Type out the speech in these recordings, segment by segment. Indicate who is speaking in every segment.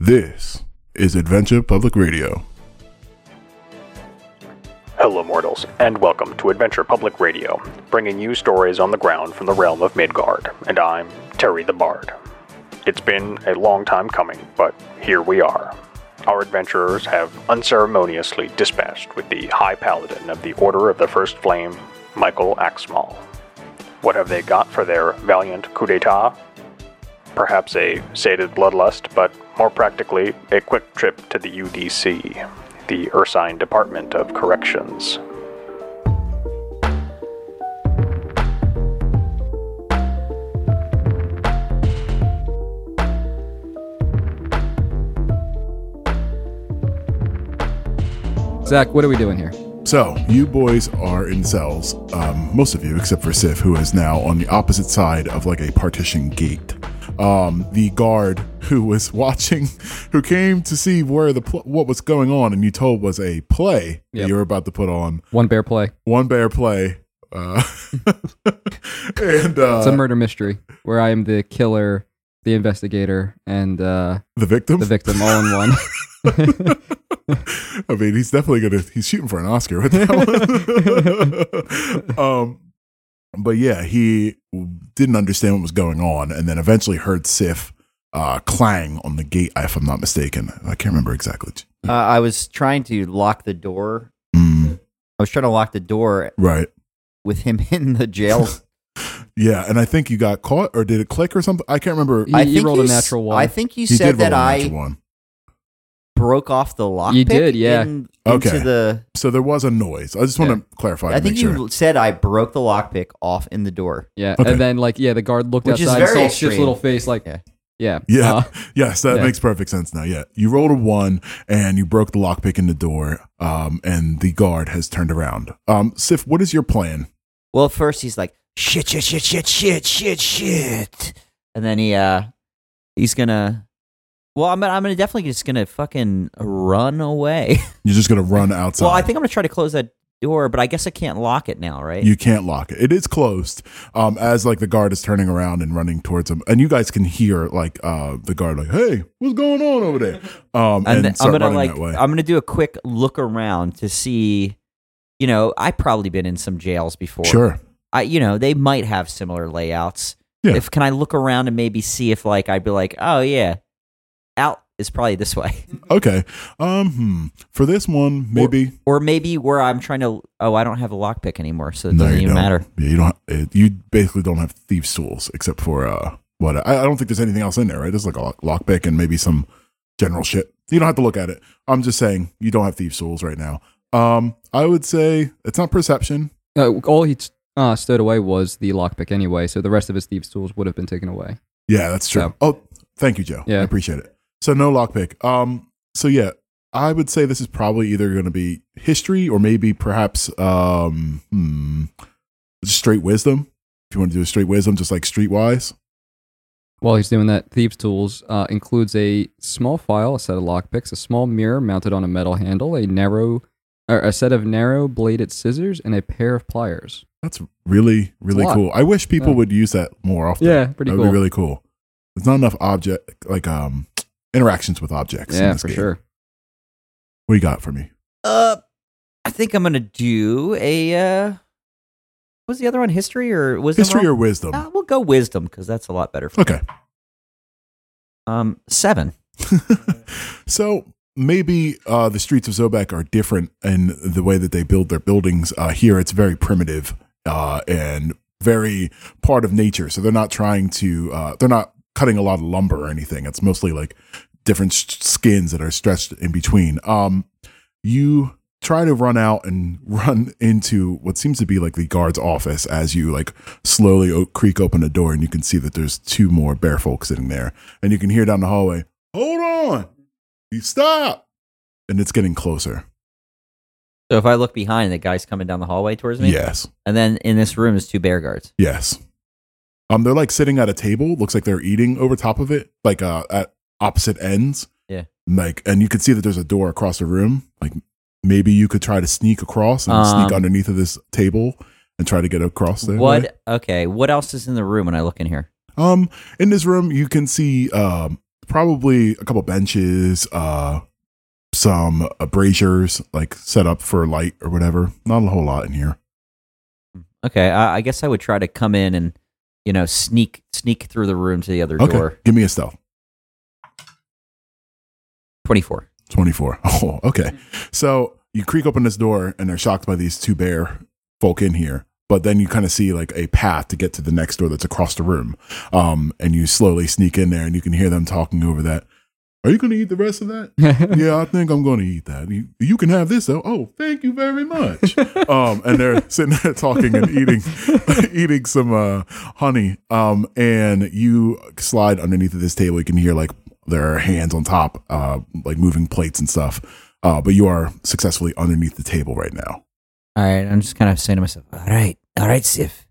Speaker 1: This is Adventure Public Radio.
Speaker 2: Hello, mortals, and welcome to Adventure Public Radio, bringing you stories on the ground from the realm of Midgard, and I'm Terry the Bard. It's been a long time coming, but here we are. Our adventurers have unceremoniously dispatched with the High Paladin of the Order of the First Flame, Michael Axmal. What have they got for their valiant coup d'etat? perhaps a sated bloodlust, but more practically, a quick trip to the UDC, the Ursine Department of Corrections.
Speaker 3: Zach, what are we doing here?
Speaker 1: So, you boys are in cells, um, most of you, except for Sif, who is now on the opposite side of like a partition gate. Um, the guard who was watching, who came to see where the pl- what was going on, and you told was a play that
Speaker 3: Yep.
Speaker 1: you were about to put on,
Speaker 3: One bear play.
Speaker 1: one bear play, uh, and uh,
Speaker 3: It's a murder mystery where I am the killer, the investigator, and uh,
Speaker 1: the victim.
Speaker 3: the victim all in one.
Speaker 1: I mean, he's definitely gonna he's shooting for an Oscar with that one. um, but yeah, he didn't understand what was going on, and then eventually heard Sif uh, clang on the gate, if I'm not mistaken. I can't remember exactly.
Speaker 4: Uh, I was trying to lock the door.
Speaker 1: Mm,
Speaker 4: I was trying to lock the door
Speaker 1: right.
Speaker 4: with him in the jail.
Speaker 1: Yeah, and I think you got caught, or did it click or something? I can't remember.
Speaker 3: You-
Speaker 4: I
Speaker 3: you
Speaker 4: think
Speaker 3: rolled a
Speaker 4: s-
Speaker 3: natural one.
Speaker 4: I think you,
Speaker 1: He did
Speaker 4: said
Speaker 1: roll a
Speaker 4: that I
Speaker 1: natural one,
Speaker 4: broke off the lockpick.
Speaker 3: You did, yeah.
Speaker 4: in-
Speaker 1: Okay.
Speaker 4: Into the,
Speaker 1: so there was a noise. I just want to clarify.
Speaker 4: I
Speaker 1: to
Speaker 4: think
Speaker 1: make sure.
Speaker 4: you said I broke the lockpick off in the door.
Speaker 3: yeah.
Speaker 1: Okay.
Speaker 3: And then, like, yeah, the guard looked
Speaker 4: Which is
Speaker 3: outside and
Speaker 4: very
Speaker 3: saw Ship's
Speaker 4: extreme.
Speaker 3: little face, like, yeah.
Speaker 4: Yeah.
Speaker 3: Yeah.
Speaker 1: Yeah.
Speaker 3: Uh,
Speaker 1: yes, that
Speaker 3: Yeah.
Speaker 1: makes perfect sense now. Yeah. You rolled a one and you broke the lockpick in the door, um, and the guard has turned around. Um, Sif, what is your plan?
Speaker 4: Well, first he's like shit, shit, shit, shit, shit, shit, shit, and then he uh he's gonna. Well, I'm I'm gonna definitely just gonna fucking run away.
Speaker 1: You're just going to run outside.
Speaker 4: well, I think I'm gonna try to close that door, but I guess I can't lock it now, right?
Speaker 1: you can't lock it. It is closed. Um, as like the guard is turning around and running towards him, and you guys can hear like uh the guard like, "Hey, what's going on over there?" Um, and,
Speaker 4: and, then I'm
Speaker 1: start
Speaker 4: gonna
Speaker 1: running
Speaker 4: like
Speaker 1: that way.
Speaker 4: I'm gonna do a quick look around to see. You know, I've probably been in some jails before.
Speaker 1: sure.
Speaker 4: I you know they might have similar layouts.
Speaker 1: Yeah.
Speaker 4: If can I look around and maybe see if like I'd be like, oh yeah, out is probably this way,
Speaker 1: Okay. Um, hmm. for this one, maybe.
Speaker 4: or maybe where I'm trying to. Oh, I don't have a lockpick anymore, so it
Speaker 1: No,
Speaker 4: doesn't
Speaker 1: you
Speaker 4: even
Speaker 1: don't.
Speaker 4: matter.
Speaker 1: Yeah, you don't. It, you basically don't have thieves' tools except for uh, what I, I don't think there's anything else in there, right? There's like a lock, lockpick and maybe some general shit. You don't have to look at it. I'm just saying you don't have thieves' tools right now. Um, I would say it's not perception.
Speaker 3: uh, all he uh, stowed away was the lockpick anyway, so the rest of his thieves' tools would have been taken away.
Speaker 1: Yeah, that's true.
Speaker 3: No.
Speaker 1: Oh, thank you, Joe.
Speaker 3: Yeah.
Speaker 1: I appreciate it. So no lockpick. Um, so yeah, I would say this is probably either going to be history or maybe perhaps um, hmm, straight wisdom. If you want to do a straight wisdom, just like streetwise.
Speaker 3: While he's doing that, thieves' tools uh, includes a small file, a set of lockpicks, a small mirror mounted on a metal handle, a narrow, or a set of narrow bladed scissors, and a pair of pliers.
Speaker 1: That's really, really
Speaker 3: lot.
Speaker 1: cool. I wish people
Speaker 3: Yeah.
Speaker 1: would use that more often.
Speaker 3: Yeah, pretty
Speaker 1: That'd
Speaker 3: cool.
Speaker 1: be really cool. There's not enough object like um interactions with objects. in
Speaker 3: yeah,
Speaker 1: this
Speaker 3: for
Speaker 1: game.
Speaker 3: sure.
Speaker 1: What do you got for me?
Speaker 4: Uh, I think I'm gonna do a. uh Was the other one history or was
Speaker 1: History or wisdom?
Speaker 4: Uh, we'll go wisdom because that's a lot better. For
Speaker 1: Okay.
Speaker 4: Um, seven.
Speaker 1: so maybe uh, the streets of Zobek are different in the way that they build their buildings. Uh, here, it's very primitive uh, and very part of nature. So they're not trying to, uh, they're not cutting a lot of lumber or anything. It's mostly like different s- skins that are stretched in between. Um, you try to run out and run into what seems to be like the guard's office as you like slowly o- creak open a door and you can see that there's two more bear folk sitting there and you can hear down the hallway hold on you stop and it's getting closer
Speaker 4: So if I look behind, the guy's coming down the hallway towards me.
Speaker 1: yes
Speaker 4: And then in this room is two bear guards.
Speaker 1: yes um they're like sitting at a table looks like they're eating over top of it like uh at opposite ends
Speaker 4: Yeah.
Speaker 1: like and you can see that there's a door across the room like maybe you could try to sneak across and sneak
Speaker 4: Um,
Speaker 1: underneath of this table and try to get across there
Speaker 4: What? Okay. What else is in the room when I look in here?
Speaker 1: Um, in this room, you can see um probably a couple benches, uh, some uh, braziers like set up for light or whatever. Not a whole lot in here.
Speaker 4: Okay, I, I guess I would try to come in and you know sneak sneak through the room to the other
Speaker 1: Okay,
Speaker 4: door.
Speaker 1: give me a stealth.
Speaker 4: Twenty four.
Speaker 1: 24. Oh, okay. So you creak open this door and they're shocked by these two bear folk in here. But then you kind of see like a path to get to the next door that's across the room. Um, and you slowly sneak in there and you can hear them talking over that. Are you going to eat the rest of that? yeah, I think I'm going to eat that. You, you can have this though. Oh, thank you very much. um, and they're sitting there talking and eating, eating some uh, honey. Um, and you slide underneath of this table. You can hear like their hands on top, uh, like moving plates and stuff. Uh, but you are successfully underneath the table right now.
Speaker 4: All right, I'm just kind of saying to myself, all right, all right, Sif,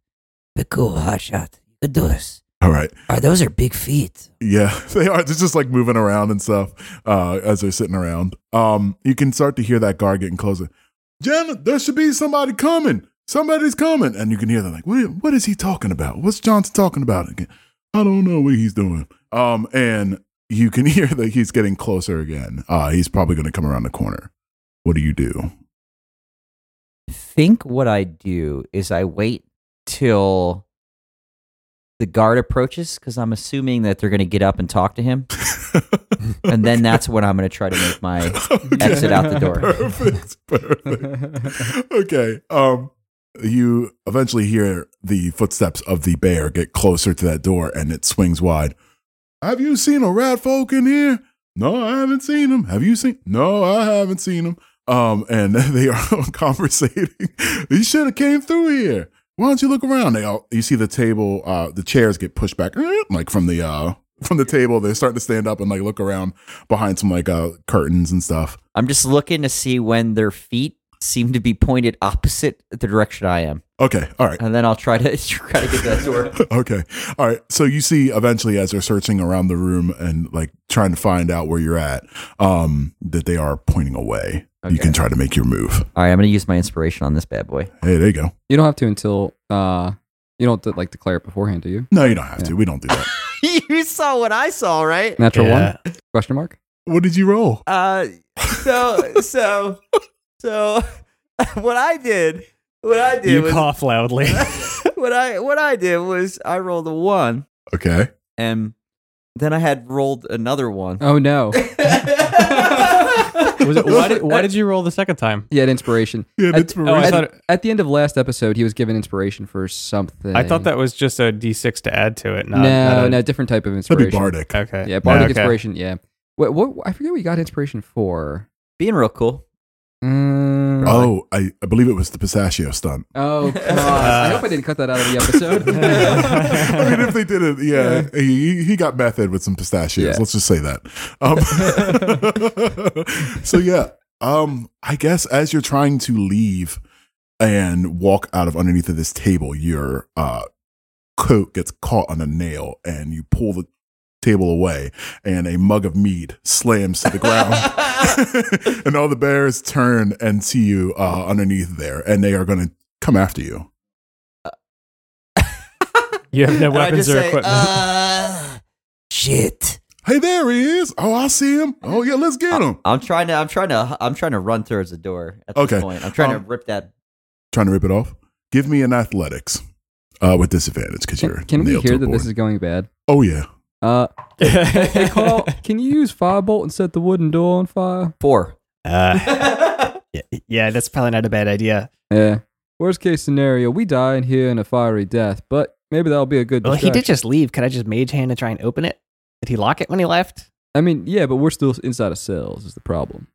Speaker 4: be cool, hot shot, you can do this.
Speaker 1: All right.
Speaker 4: All right, those are big feet.
Speaker 1: Yeah, they are. They're just like moving around and stuff uh, as they're sitting around. Um, you can start to hear that guard getting closer. Jen, there should be somebody coming. Somebody's coming, and you can hear them like, "What? What is he talking about? What's Johnson talking about again? I don't know what he's doing." Um, and you can hear that he's getting closer again. Uh, he's probably going to come around the corner. What do you do?
Speaker 4: think what I do is I wait till the guard approaches because I'm assuming that they're going to get up and talk to him, and then that's when I'm going to try to make my
Speaker 1: Okay.
Speaker 4: exit out the door.
Speaker 1: Perfect. Perfect. okay. Um, you eventually hear the footsteps of the bear get closer to that door, and it swings wide. Have you seen a rat folk in here? No, I haven't seen them. Have you seen? No, I haven't seen them. Um, and they are conversating. you should have came through here. Why don't you look around? They all, you see the table, uh, the chairs get pushed back, like from the uh, from the table. They're starting to stand up and like look around behind some like uh, curtains and stuff.
Speaker 4: I'm just looking to see when their feet seem to be pointed opposite the direction I am,
Speaker 1: Okay, all right.
Speaker 4: and then I'll try to try to get that door.
Speaker 1: okay. All right. So you see eventually as they're searching around the room and like trying to find out where you're at, um, that they are pointing away. You
Speaker 4: Okay.
Speaker 1: can try to make your move.
Speaker 4: All right, I'm going to use my inspiration on this bad boy.
Speaker 1: Hey, there you go.
Speaker 3: you don't have to until uh, you don't have to, like declare it beforehand, do you?
Speaker 1: No, you don't have
Speaker 3: Yeah.
Speaker 1: to. We don't do that.
Speaker 4: you saw what I saw, right?
Speaker 3: Natural
Speaker 5: Yeah.
Speaker 3: one? Question mark?
Speaker 1: what did you roll?
Speaker 4: Uh, so so so what I did, what I did
Speaker 5: You
Speaker 4: was
Speaker 5: cough loudly.
Speaker 4: what I what I did was I rolled a one,
Speaker 1: Okay.
Speaker 4: and then I had rolled another one.
Speaker 3: Oh no!
Speaker 5: Was it, why, did, why did you roll the second time?
Speaker 3: He had inspiration.
Speaker 1: Yeah,
Speaker 3: At-
Speaker 1: that's
Speaker 5: Oh, I
Speaker 1: right.
Speaker 5: thought
Speaker 3: At the end of last episode, he was given inspiration for something.
Speaker 5: I thought that was just a D6 to add to it. Not,
Speaker 3: no,
Speaker 5: not
Speaker 3: no, different type of
Speaker 1: That'd
Speaker 3: inspiration.
Speaker 1: be Bardic.
Speaker 5: A, okay.
Speaker 3: Yeah, bardic
Speaker 5: Okay.
Speaker 3: inspiration. Yeah. What, what? I forget what you got inspiration for.
Speaker 4: Being real cool.
Speaker 3: Mm.
Speaker 1: Oh, I, I believe it was the pistachio stunt.
Speaker 3: Oh god! I hope I didn't cut that out of the
Speaker 1: I mean,
Speaker 3: episode.
Speaker 1: if they did it, yeah, he, he got method with some pistachios.
Speaker 3: Yeah.
Speaker 1: Let's just say that. Um, so yeah, um, I guess as you're trying to leave and walk out of underneath of this table, your uh, coat gets caught on a nail, and you pull the table away, and a mug of mead slams to the ground. and all the bears turn and see you uh, underneath there, and they are going to come after you.
Speaker 5: You have no
Speaker 4: And I
Speaker 5: weapons
Speaker 4: just
Speaker 5: or
Speaker 4: say,
Speaker 5: equipment.
Speaker 4: "Uh, shit.
Speaker 1: Hey, there he is! Oh, I see him! Oh, yeah, let's get
Speaker 3: Uh,
Speaker 1: him!
Speaker 4: I'm trying to. I'm trying to. I'm trying to run towards the door at this
Speaker 1: Okay.
Speaker 4: point. I'm trying
Speaker 1: Um,
Speaker 4: to rip that.
Speaker 1: trying to rip it off. Give me an athletics uh, with disadvantage because you're
Speaker 3: Can, can we
Speaker 1: nailed to
Speaker 3: hear
Speaker 1: a
Speaker 3: that this
Speaker 1: board.
Speaker 3: is going bad?
Speaker 1: Oh yeah,
Speaker 3: Uh, hey, Carl, can you use firebolt and set the wooden door on fire?
Speaker 4: Four.
Speaker 5: Uh, yeah, yeah, that's probably not a bad idea.
Speaker 3: Yeah. Worst case scenario, we die in here in a fiery death, but maybe that'll be a good.
Speaker 5: Well, he did
Speaker 3: distraction.
Speaker 5: just leave. Could I just mage hand and try and open it? Did he lock it when he left?
Speaker 3: I mean, yeah, but we're still inside of cells. Is the problem?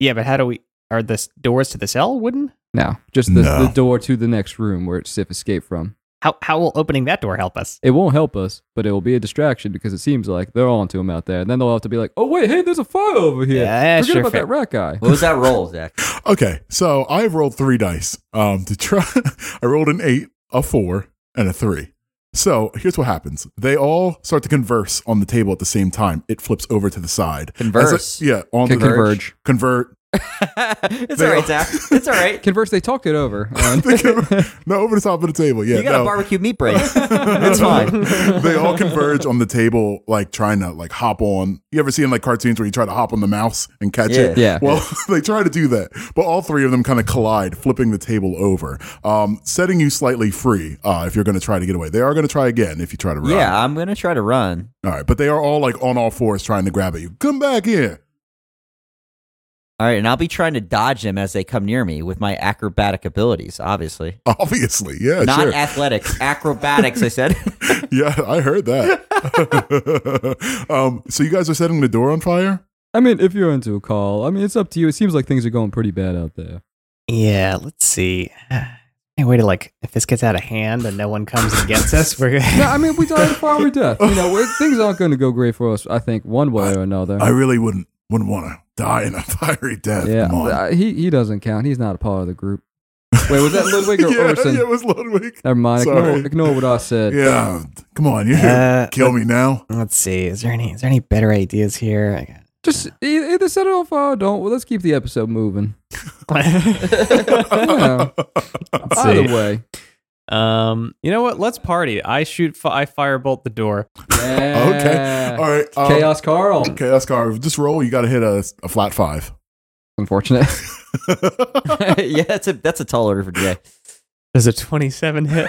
Speaker 5: Yeah, but how do we? Are the s- doors to the cell wooden?
Speaker 3: No, just the,
Speaker 1: No.
Speaker 3: the door to the next room where Sif escaped from.
Speaker 5: How how will opening that door help us?
Speaker 3: It won't help us, but it will be a distraction because it seems like they're onto him out there. And then they'll have to be like, "Oh wait, hey, there's a fire over here.
Speaker 5: Yeah,
Speaker 3: Forget
Speaker 5: sure,
Speaker 3: about
Speaker 5: fair.
Speaker 3: that rat guy."
Speaker 4: What was that roll, Zach?
Speaker 1: okay. So I've rolled three dice um, to try. I rolled an eight, a four, and a three. So here's what happens: they all start to converse on the table at the same time. It flips over to the side. As
Speaker 4: Converse.
Speaker 1: a- yeah, on
Speaker 3: Can
Speaker 1: the
Speaker 3: converge.
Speaker 1: convert.
Speaker 6: it's
Speaker 1: They
Speaker 6: all right,
Speaker 1: all-
Speaker 6: Zach. It's all right.
Speaker 3: Converse, they talked it over. Um,
Speaker 1: no, over the top of the table. Yeah,
Speaker 6: you got
Speaker 1: no.
Speaker 6: a barbecue meat break. it's fine.
Speaker 1: they all converge on the table, like trying to like hop on. You ever seen like cartoons where you try to hop on the mouse and catch it?
Speaker 3: Yeah. Yeah.
Speaker 1: Well, they try to do that, but all three of them kind of collide, flipping the table over, um, setting you slightly free uh, if you're going to try to get away. They are going to try again if you try to run.
Speaker 6: Yeah, I'm gonna try to run.
Speaker 1: All right, but they are all like on all fours trying to grab at you. Come back here.
Speaker 6: All right, and I'll be trying to dodge them as they come near me with my acrobatic abilities. Obviously,
Speaker 1: Obviously, yeah,
Speaker 6: not
Speaker 1: sure.
Speaker 6: athletics, acrobatics. I said.
Speaker 1: yeah, I heard that. um, so you guys are setting the door on fire.
Speaker 3: I mean, if you're into a call, I mean, it's up to you. It seems like things are going pretty bad out there.
Speaker 5: Yeah, let's see. Hey, wait to like if this gets out of hand and no one comes and gets us,
Speaker 3: No,
Speaker 5: we're gonna
Speaker 3: I mean, we died of fiery death. You know, we're- things aren't going to go great for us. I think one way or another.
Speaker 6: Uh-huh.
Speaker 1: I really wouldn't wouldn't want to die in a fiery death.
Speaker 3: yeah,
Speaker 1: Come on.
Speaker 3: uh, he he doesn't count. He's not a part of the group. Wait, was that Ludwig or
Speaker 1: yeah,
Speaker 3: Orson?
Speaker 1: Yeah, it was Ludwig.
Speaker 3: Never mind. Ignore,
Speaker 1: Sorry.
Speaker 3: ignore what I said.
Speaker 1: Yeah, come on, you
Speaker 5: Uh,
Speaker 1: kill me now.
Speaker 5: let's see. Is there any is there any better ideas here? I got-
Speaker 3: Just e- either set it off or don't. Well, let's keep the episode moving. Yeah.
Speaker 5: Let's
Speaker 3: Either
Speaker 5: see.
Speaker 3: way.
Speaker 7: Um, you know what? Let's party. I shoot. Fi- I firebolt the door.
Speaker 3: Yeah.
Speaker 1: All right, um,
Speaker 3: Uh, Chaos Carl.
Speaker 1: Chaos car. Just roll. You got to hit a, a flat five.
Speaker 3: Unfortunate.
Speaker 6: yeah, that's a that's a tall order for Jay.
Speaker 7: There's a 27 hit.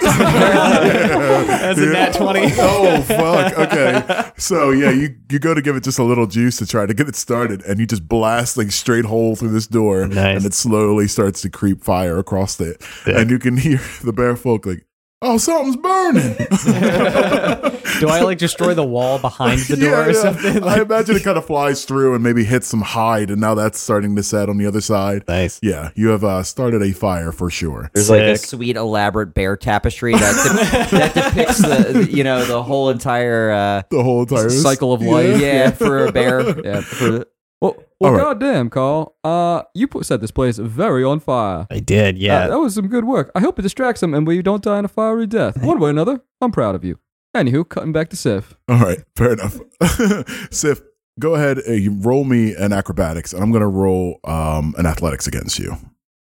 Speaker 7: That's
Speaker 1: That's
Speaker 7: a nat 20.
Speaker 1: oh fuck. Okay. So yeah, you you go to give it just a little juice to try to get it started, and you just blast like straight hole through this door,
Speaker 7: Nice.
Speaker 1: and it slowly starts to creep fire across it, and you can hear the bear folk like, "Oh, something's burning."
Speaker 7: Do I like destroy the wall behind the door
Speaker 1: Yeah,
Speaker 7: or
Speaker 1: yeah.
Speaker 7: something?
Speaker 1: I
Speaker 7: Like,
Speaker 1: imagine it kind of flies through and maybe hits some hide, and now that's starting to set on the other side.
Speaker 7: nice.
Speaker 1: Yeah, you have uh, started a fire for sure.
Speaker 6: There's like a
Speaker 7: Sick.
Speaker 6: sweet elaborate bear tapestry that, de- that depicts the you know the whole entire uh,
Speaker 1: The whole entire
Speaker 3: cycle of
Speaker 1: Yeah.
Speaker 3: life.
Speaker 6: yeah, for a bear.
Speaker 3: Yeah.
Speaker 6: For,
Speaker 3: Well,
Speaker 1: All
Speaker 3: well
Speaker 1: right.
Speaker 3: goddamn, Carl. Uh, you put, set this place very on fire.
Speaker 5: I did,
Speaker 3: Uh,
Speaker 5: yeah.
Speaker 3: that was some good work. I hope it distracts them and we don't die in a fiery death. One way or another, I'm proud of you. Anywho, cutting back to Sif.
Speaker 1: All right, fair enough. Sif, go ahead. Uh, you roll me an acrobatics, and I'm gonna roll um, an athletics against you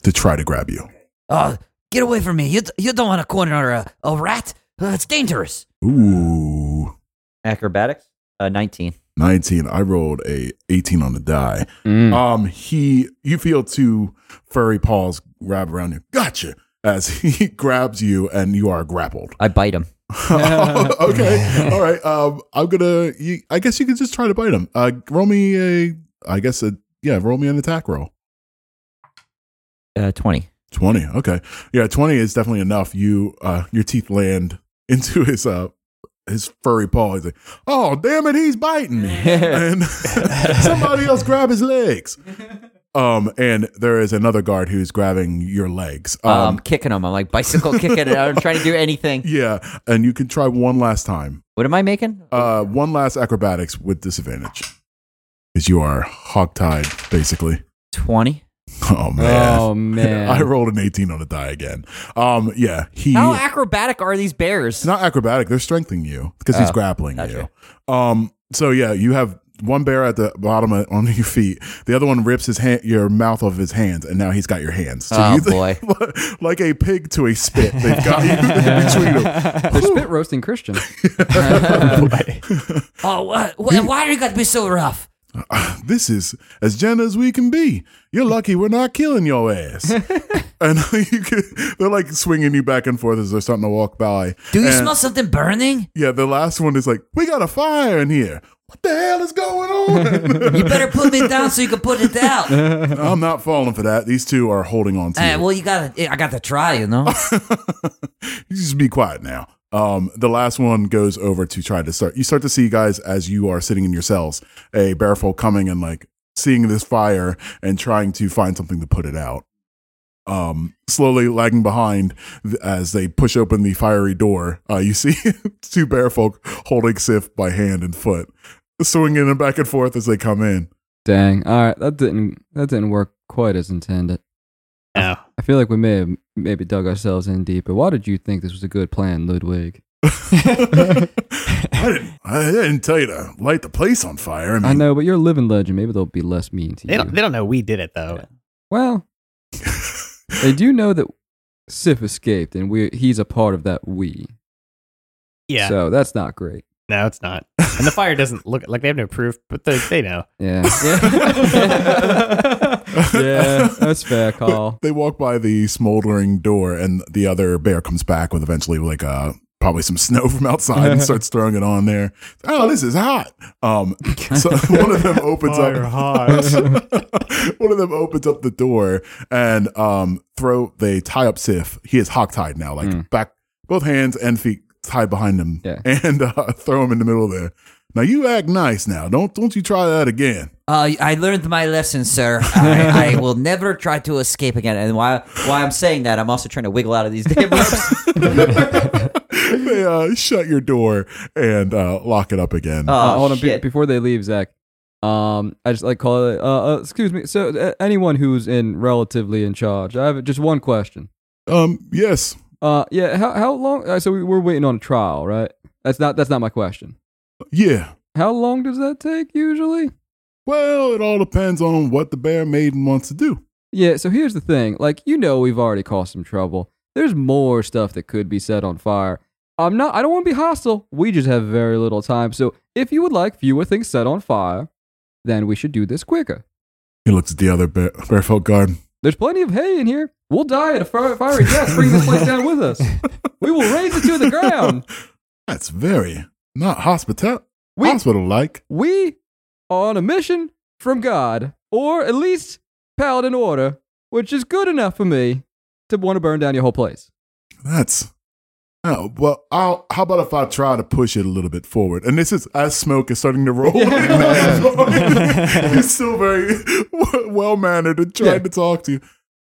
Speaker 1: to try to grab you.
Speaker 6: oh, get away from me! You you don't want to corner a, a rat. Uh, it's dangerous.
Speaker 1: Ooh,
Speaker 6: Acrobatics, uh, 19.
Speaker 1: 19. I rolled a 18 on the die.
Speaker 3: Hmm.
Speaker 5: Mm.
Speaker 1: Um, he, you feel two furry paws grab around you. Gotcha. As he grabs you and you are grappled.
Speaker 6: I bite him.
Speaker 1: okay. All right. Um, I'm gonna. You, I guess you could just try to bite him. Uh, roll me a. I guess a. Yeah, roll me an attack roll.
Speaker 6: Uh, 20.
Speaker 1: Twenty. Okay. Yeah, twenty is definitely enough. You. Uh, your teeth land into his. Uh, his furry paw. He's like, oh damn it, he's biting me.
Speaker 6: Um,
Speaker 1: and somebody else grab his legs. Um, and there is another guard who's grabbing your legs.
Speaker 6: Um, kicking him. I'm like bicycle kicking it. I'm trying to do anything.
Speaker 1: yeah, and you can try one last time.
Speaker 6: What am I making?
Speaker 1: Uh, one last acrobatics with disadvantage, because you are hogtied basically.
Speaker 6: 20.
Speaker 1: Oh man,
Speaker 3: Oh man.
Speaker 1: I rolled an eighteen on a die again. Um, yeah, he.
Speaker 6: How acrobatic are these
Speaker 1: it's
Speaker 6: bears?
Speaker 1: not acrobatic. They're strengthening you because he's
Speaker 6: Oh,
Speaker 1: grappling
Speaker 6: gotcha.
Speaker 1: you. Um, so yeah, you have one bear at the bottom of, on your feet. The other one rips his hand, your mouth off his hands, and now he's got your hands. So
Speaker 6: Oh,
Speaker 1: you-
Speaker 6: boy.
Speaker 1: like a pig to a spit. They've got you between them.
Speaker 3: They're spit roasting Christian.
Speaker 6: Oh, what? Why, why are you got to be so rough?
Speaker 1: this is as gentle as we can be. You're lucky we're not killing your ass. and you can, they're like swinging you back and forth as they're starting to walk by.
Speaker 6: Do you
Speaker 1: And-
Speaker 6: smell something burning?
Speaker 1: Yeah, the last one is like, we got a fire in here. What the hell is going
Speaker 6: You
Speaker 1: on?
Speaker 6: better put me down so you can put it out. Uh,
Speaker 1: I'm not falling for that. These two are holding on to it.
Speaker 6: well, you got to. I got to try, you know.
Speaker 1: you just be quiet now. Um, the last one goes over to try to start. You start to see guys as you are sitting in your cells, a bearful coming and like seeing this fire and trying to find something to put it out. Um, slowly lagging behind th- as they push open the fiery door. Uh, you see two bearfolk holding Sif by hand and foot, swinging them back and forth as they come in.
Speaker 3: Dang. All right, that didn't that didn't work quite as intended.
Speaker 7: No.
Speaker 3: I feel like we may have maybe dug ourselves in deeper. Why did you think this was a good plan, Ludwig?
Speaker 1: I I didn't. I didn't tell you to light the place on fire. I mean,
Speaker 3: I know, but you're a living legend. Maybe they'll be less mean to
Speaker 5: They
Speaker 3: you.
Speaker 5: don't, they don't know we did it though.
Speaker 3: well, they do know that Sif escaped, and we he's a part of that we.
Speaker 5: Yeah.
Speaker 3: So that's not great.
Speaker 5: No, it's not. And the fire doesn't look like they have no proof, but they, they know.
Speaker 3: Yeah. Yeah. yeah, that's fair call.
Speaker 1: They walk by the smoldering door, and the other bear comes back with eventually like uh probably some snow from outside and starts throwing it on there. Oh, this is hot. Um, so one of them opens up. one of them opens up the door and um throw they tie up Sif. He is hogtied now, like
Speaker 3: Mm.
Speaker 1: back both hands and feet tied behind him,
Speaker 3: Yeah.
Speaker 1: and uh, throw him in the middle there. Now you act nice. Now don't don't you try that again.
Speaker 6: Uh, I learned my lesson, sir. I, I will never try to escape again. And while, while I'm saying that, I'm also trying to wiggle out of these damn ropes.
Speaker 1: they uh, shut your door and uh, lock it up again.
Speaker 3: Uh,
Speaker 6: Oh,
Speaker 3: hold on, be-
Speaker 6: shit.
Speaker 3: before they leave, Zach. Um, I just like call it. Uh, uh, excuse me. So, uh, anyone who's in relatively in charge, I have just one question.
Speaker 1: um, yes.
Speaker 3: Uh, yeah. How how long? Uh, so we, we're waiting on a trial, right? That's not that's not my question.
Speaker 1: Yeah.
Speaker 3: How long does that take usually?
Speaker 1: Well, it all depends on what the bear maiden wants to do.
Speaker 3: Yeah. So here's the thing. Like you know, we've already caused some trouble. There's more stuff that could be set on fire. I'm not. I don't want to be hostile. We just have very little time. So if you would like fewer things set on fire, then we should do this quicker.
Speaker 1: He looks at the other bear, barefoot guard.
Speaker 3: There's plenty of hay in here. We'll die at a fir- fiery death. Bring this place down with us. We will raise it to the ground.
Speaker 1: That's very not hospital
Speaker 3: We-
Speaker 1: hospital like.
Speaker 3: We are on a mission from God, or at least Paladin Order, which is good enough for me to want to burn down your whole place.
Speaker 1: That's oh well. I'll, how about if I try to push it a little bit forward? And this is as smoke is starting to roll. He's still very well mannered and trying
Speaker 3: Yeah.
Speaker 1: to talk to you.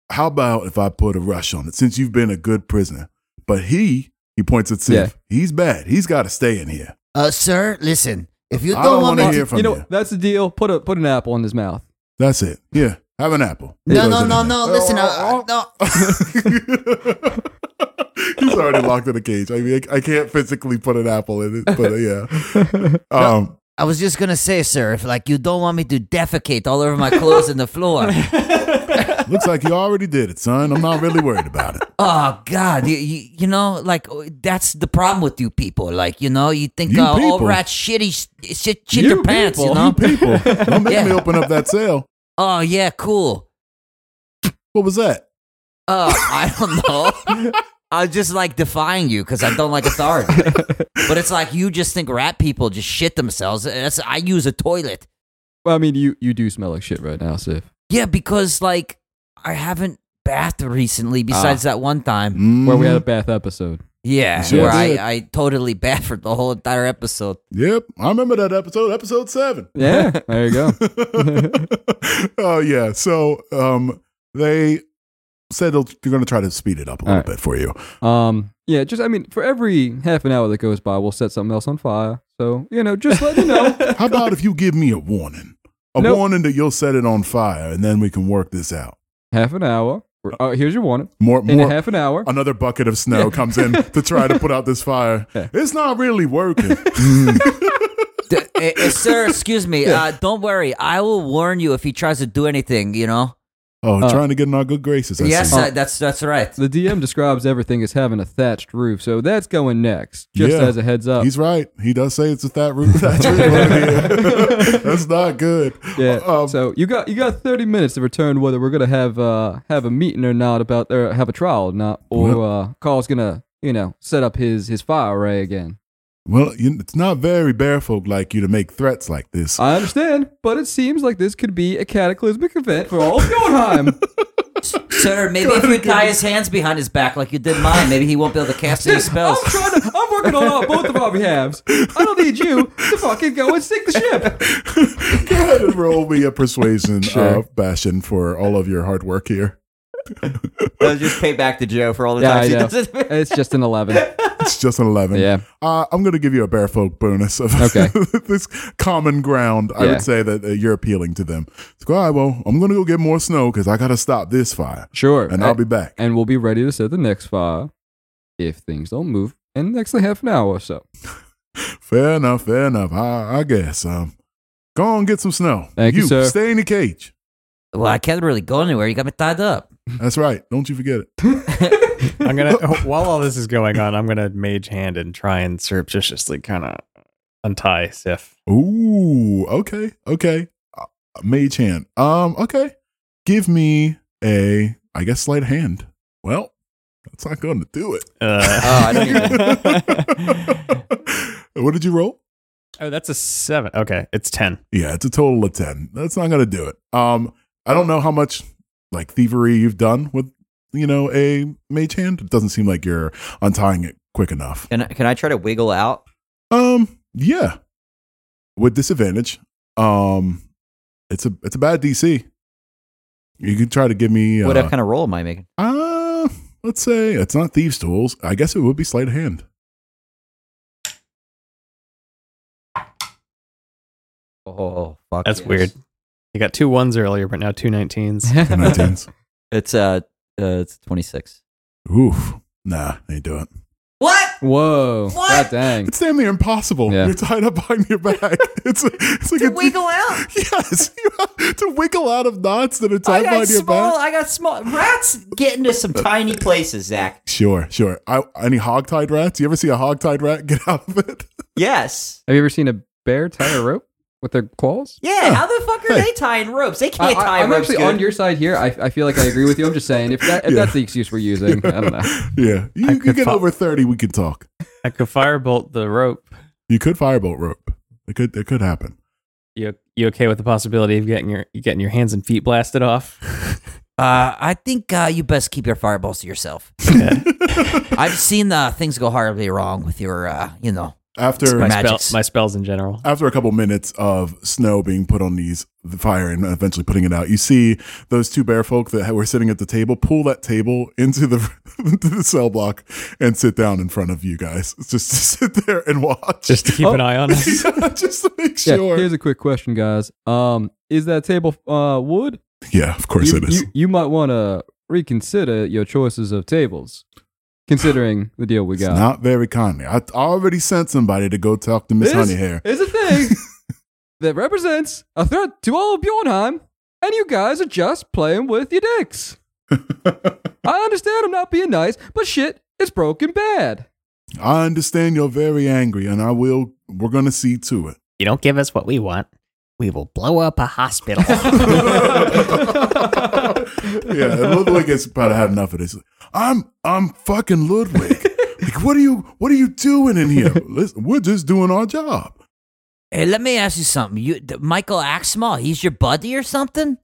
Speaker 1: How about if I put a rush on it? Since you've been a good prisoner, but he he points at Sif.
Speaker 3: Yeah.
Speaker 1: He's bad. He's got to stay in here.
Speaker 4: Uh, sir, listen. If you
Speaker 1: I
Speaker 4: don't,
Speaker 1: don't
Speaker 4: want
Speaker 1: wanna
Speaker 4: me to
Speaker 1: hear from
Speaker 3: you know
Speaker 1: you.
Speaker 3: that's the deal. Put a put an apple in his mouth.
Speaker 1: That's it. Yeah, have an apple.
Speaker 4: No,
Speaker 1: He
Speaker 4: no,
Speaker 1: throws
Speaker 4: no,
Speaker 1: it in Oh,
Speaker 4: no.
Speaker 1: there.
Speaker 4: Listen, uh, no.
Speaker 1: He's already locked in a cage. I mean, I, I can't physically put an apple in it, but uh, yeah. Um,
Speaker 4: I was just gonna say, sir, if like you don't want me to defecate all over my clothes and the floor.
Speaker 1: looks like you already did it, son. I'm not really worried about it.
Speaker 4: Oh God, you, you, you know, like oh, that's the problem with you people. Like you know, you think
Speaker 1: You
Speaker 4: uh, all
Speaker 1: people.
Speaker 4: rats shitty sh- shit, shit
Speaker 3: You
Speaker 4: your pants. You
Speaker 3: people.
Speaker 4: know?
Speaker 1: People, don't make
Speaker 4: Yeah.
Speaker 1: me open up that cell.
Speaker 4: Oh yeah, cool.
Speaker 1: What was that?
Speaker 4: Uh, I don't know. I'm just like defying you because I don't like authority. but it's like you just think rat people just shit themselves. That's I use a toilet.
Speaker 3: Well, I mean, you you do smell like shit right now, Sif.
Speaker 4: Yeah, because like I haven't bathed recently. Besides that one time.
Speaker 1: Mm,
Speaker 3: Where we had a bath episode.
Speaker 4: Yeah,
Speaker 1: Sure
Speaker 4: where
Speaker 1: did.
Speaker 4: I, I totally bathed for the whole entire episode.
Speaker 1: yep, I remember that episode, episode seven.
Speaker 3: Yeah, there you go.
Speaker 1: oh yeah. So um, they said they'll- they're going to try to speed it up a
Speaker 3: All
Speaker 1: little
Speaker 3: right.
Speaker 1: bit for you.
Speaker 3: Um, yeah, just I mean, for every half an hour that goes by, we'll set something else on fire. So you know, just let me know.
Speaker 1: How about if you give me a warning? A
Speaker 3: Nope.
Speaker 1: warning that you'll set it on fire and then we can work this out.
Speaker 3: half an hour. We're- Oh, here's your warning.
Speaker 1: More,
Speaker 3: In a
Speaker 1: more
Speaker 3: half an hour.
Speaker 1: another bucket of snow comes in to try to put out this fire.
Speaker 3: Yeah.
Speaker 1: It's not really working.
Speaker 4: D- eh, eh, sir, excuse me. Uh, don't worry. I will warn you if he tries to do anything, you know?
Speaker 1: oh,
Speaker 3: Uh,
Speaker 1: trying to get in our good graces. I
Speaker 4: yes,
Speaker 1: see.
Speaker 4: I, that's that's right.
Speaker 3: The DM describes everything as having a thatched roof, so that's going next. Just
Speaker 1: Yeah.
Speaker 3: as a heads up.
Speaker 1: He's right. He does say it's a that root. That's, really what it is. That's not good.
Speaker 3: yeah.
Speaker 1: Um,
Speaker 3: so you got you got thirty minutes to return whether we're gonna have uh have a meeting or not about or have a trial or not, or uh, Carl's gonna you know set up his his fire array again.
Speaker 1: well, you, it's not very barefolk like you to make threats like this.
Speaker 3: I understand, but it seems like this could be a cataclysmic event for all of Jotunheim.
Speaker 4: Sir, maybe if you tie his hands behind his back like you did mine, maybe he won't be able to cast any spells.
Speaker 3: I'm trying to. I'm working on all, both of our behalves. I don't need you to fucking go and sink the ship.
Speaker 1: Go ahead and roll me a persuasion,
Speaker 3: Sure.
Speaker 1: uh, Bastion, for all of your hard work here.
Speaker 6: They'll just pay back to Joe for all the
Speaker 3: Yeah,
Speaker 6: times
Speaker 3: I
Speaker 6: he
Speaker 3: know.
Speaker 6: does it.
Speaker 3: It's just an eleven.
Speaker 1: It's just an 11.
Speaker 3: Yeah.
Speaker 1: Uh, I'm going to give you a barefolk bonus of
Speaker 3: Okay.
Speaker 1: this common ground. I
Speaker 3: Yeah.
Speaker 1: would say that uh, you're appealing to them. It's like, all right, well, I'm going to go get more snow because I got to stop this fire
Speaker 3: Sure.
Speaker 1: and I'll be back.
Speaker 3: and we'll be ready to set the next fire if things don't move in the next half an hour or so.
Speaker 1: Fair enough. Fair enough. I, I guess. Um, go on, get some snow.
Speaker 3: Thank you, sir.
Speaker 1: Stay in the cage.
Speaker 4: Well, I can't really go anywhere. You got me tied up.
Speaker 1: That's right. Don't you forget it.
Speaker 5: I'm
Speaker 7: I'm gonna while all this is going on, I'm gonna mage hand and try and surreptitiously kind of untie Sif.
Speaker 1: Ooh. Okay. Okay. Uh, mage hand. Um. Okay. Give me a. I guess sleight of hand. Well, that's not going to do it.
Speaker 7: Uh,
Speaker 4: Oh, I don't
Speaker 1: what did you roll?
Speaker 7: oh, that's a seven. Okay, it's ten.
Speaker 1: Yeah, it's a total of ten. That's not gonna do it. Um, I don't know how much like thievery you've done with you know a mage hand. It doesn't seem like you're untying it quick enough.
Speaker 6: Can I, can I try to wiggle out?
Speaker 1: Um, yeah, with disadvantage. Um, it's a it's a bad DC. You can try to give me
Speaker 6: What
Speaker 1: uh,
Speaker 6: kind of roll am I making?
Speaker 1: uh let's say it's not thieves tools. I guess it would be sleight of hand.
Speaker 6: Oh, fuck.
Speaker 7: That's
Speaker 6: yes.
Speaker 7: weird. You got two ones earlier, but now two 19s.
Speaker 1: Nineteens.
Speaker 6: It's uh, uh it's 26.
Speaker 1: Oof. Nah, ain't do it.
Speaker 4: What?
Speaker 3: Whoa. God dang.
Speaker 1: It's damn near impossible.
Speaker 3: Yeah.
Speaker 1: You're tied up behind your back. It's it's like
Speaker 4: To
Speaker 1: a-
Speaker 4: wiggle out.
Speaker 1: Yes, to wiggle out of knots that are
Speaker 6: I
Speaker 1: tied
Speaker 6: got
Speaker 1: behind your
Speaker 6: small.
Speaker 1: back.
Speaker 6: I got small. Rats get into some tiny places, Zach.
Speaker 1: Sure, sure. I, any hog-tied rats? You ever see a hog-tied rat get out of it?
Speaker 6: Yes.
Speaker 3: Have you ever seen a bear tie a rope with their claws?
Speaker 6: Yeah. How the fuck are
Speaker 1: Hey.
Speaker 6: they tying ropes? They
Speaker 3: I,
Speaker 6: can't tie
Speaker 3: I, am
Speaker 6: ropes.
Speaker 3: actually
Speaker 6: good.
Speaker 3: on your side here. I, I feel like I agree with you. I'm just saying, if, that, if
Speaker 1: Yeah.
Speaker 3: that's the excuse we're using, I don't know.
Speaker 1: Yeah, you,
Speaker 7: I
Speaker 1: you
Speaker 7: could
Speaker 1: get
Speaker 7: fo-
Speaker 1: over thirty, we could talk.
Speaker 7: I could firebolt the rope.
Speaker 1: You could firebolt rope. It could it could happen.
Speaker 7: You you okay with the possibility of getting your you getting your hands and feet blasted off?
Speaker 4: Uh, I think uh, you best keep your fireballs to yourself. I've seen uh, things go horribly wrong with your, uh, you know.
Speaker 1: After
Speaker 7: My, spell,
Speaker 4: Magics.
Speaker 7: my spells in general.
Speaker 1: after a couple minutes of snow being put on these the fire and eventually putting it out, you see those two bear folk that were sitting at the table pull that table into the into the cell block and sit down in front of you guys. It's Just to sit there and watch. Oh.
Speaker 7: Just to keep an eye on us.
Speaker 1: Yeah, just to make
Speaker 3: Yeah,
Speaker 1: sure. Yeah,
Speaker 3: here's a quick question, guys. Um, is that table uh wood?
Speaker 1: of course
Speaker 3: you,
Speaker 1: it is.
Speaker 3: You, you might want to reconsider your choices of tables, considering the deal we
Speaker 1: it's
Speaker 3: got.
Speaker 1: not very kindly. I already sent somebody to go talk to Miss
Speaker 3: This
Speaker 1: Honeyhair.
Speaker 3: is a thing that represents a threat to all of Bjornheim, and you guys are just playing with your dicks. I understand I'm not being nice, but shit, it's broken bad.
Speaker 1: I understand you're very angry, and I will. We're gonna see to it.
Speaker 5: You don't give us what we want. We will blow up a hospital.
Speaker 1: yeah, and Ludwig is about to have enough of this. I'm I'm fucking Ludwig. like, what are you what are you doing in here? Listen, we're just doing our job.
Speaker 4: Hey, let me ask you something. You, th- Michael Axmal, he's your buddy or something?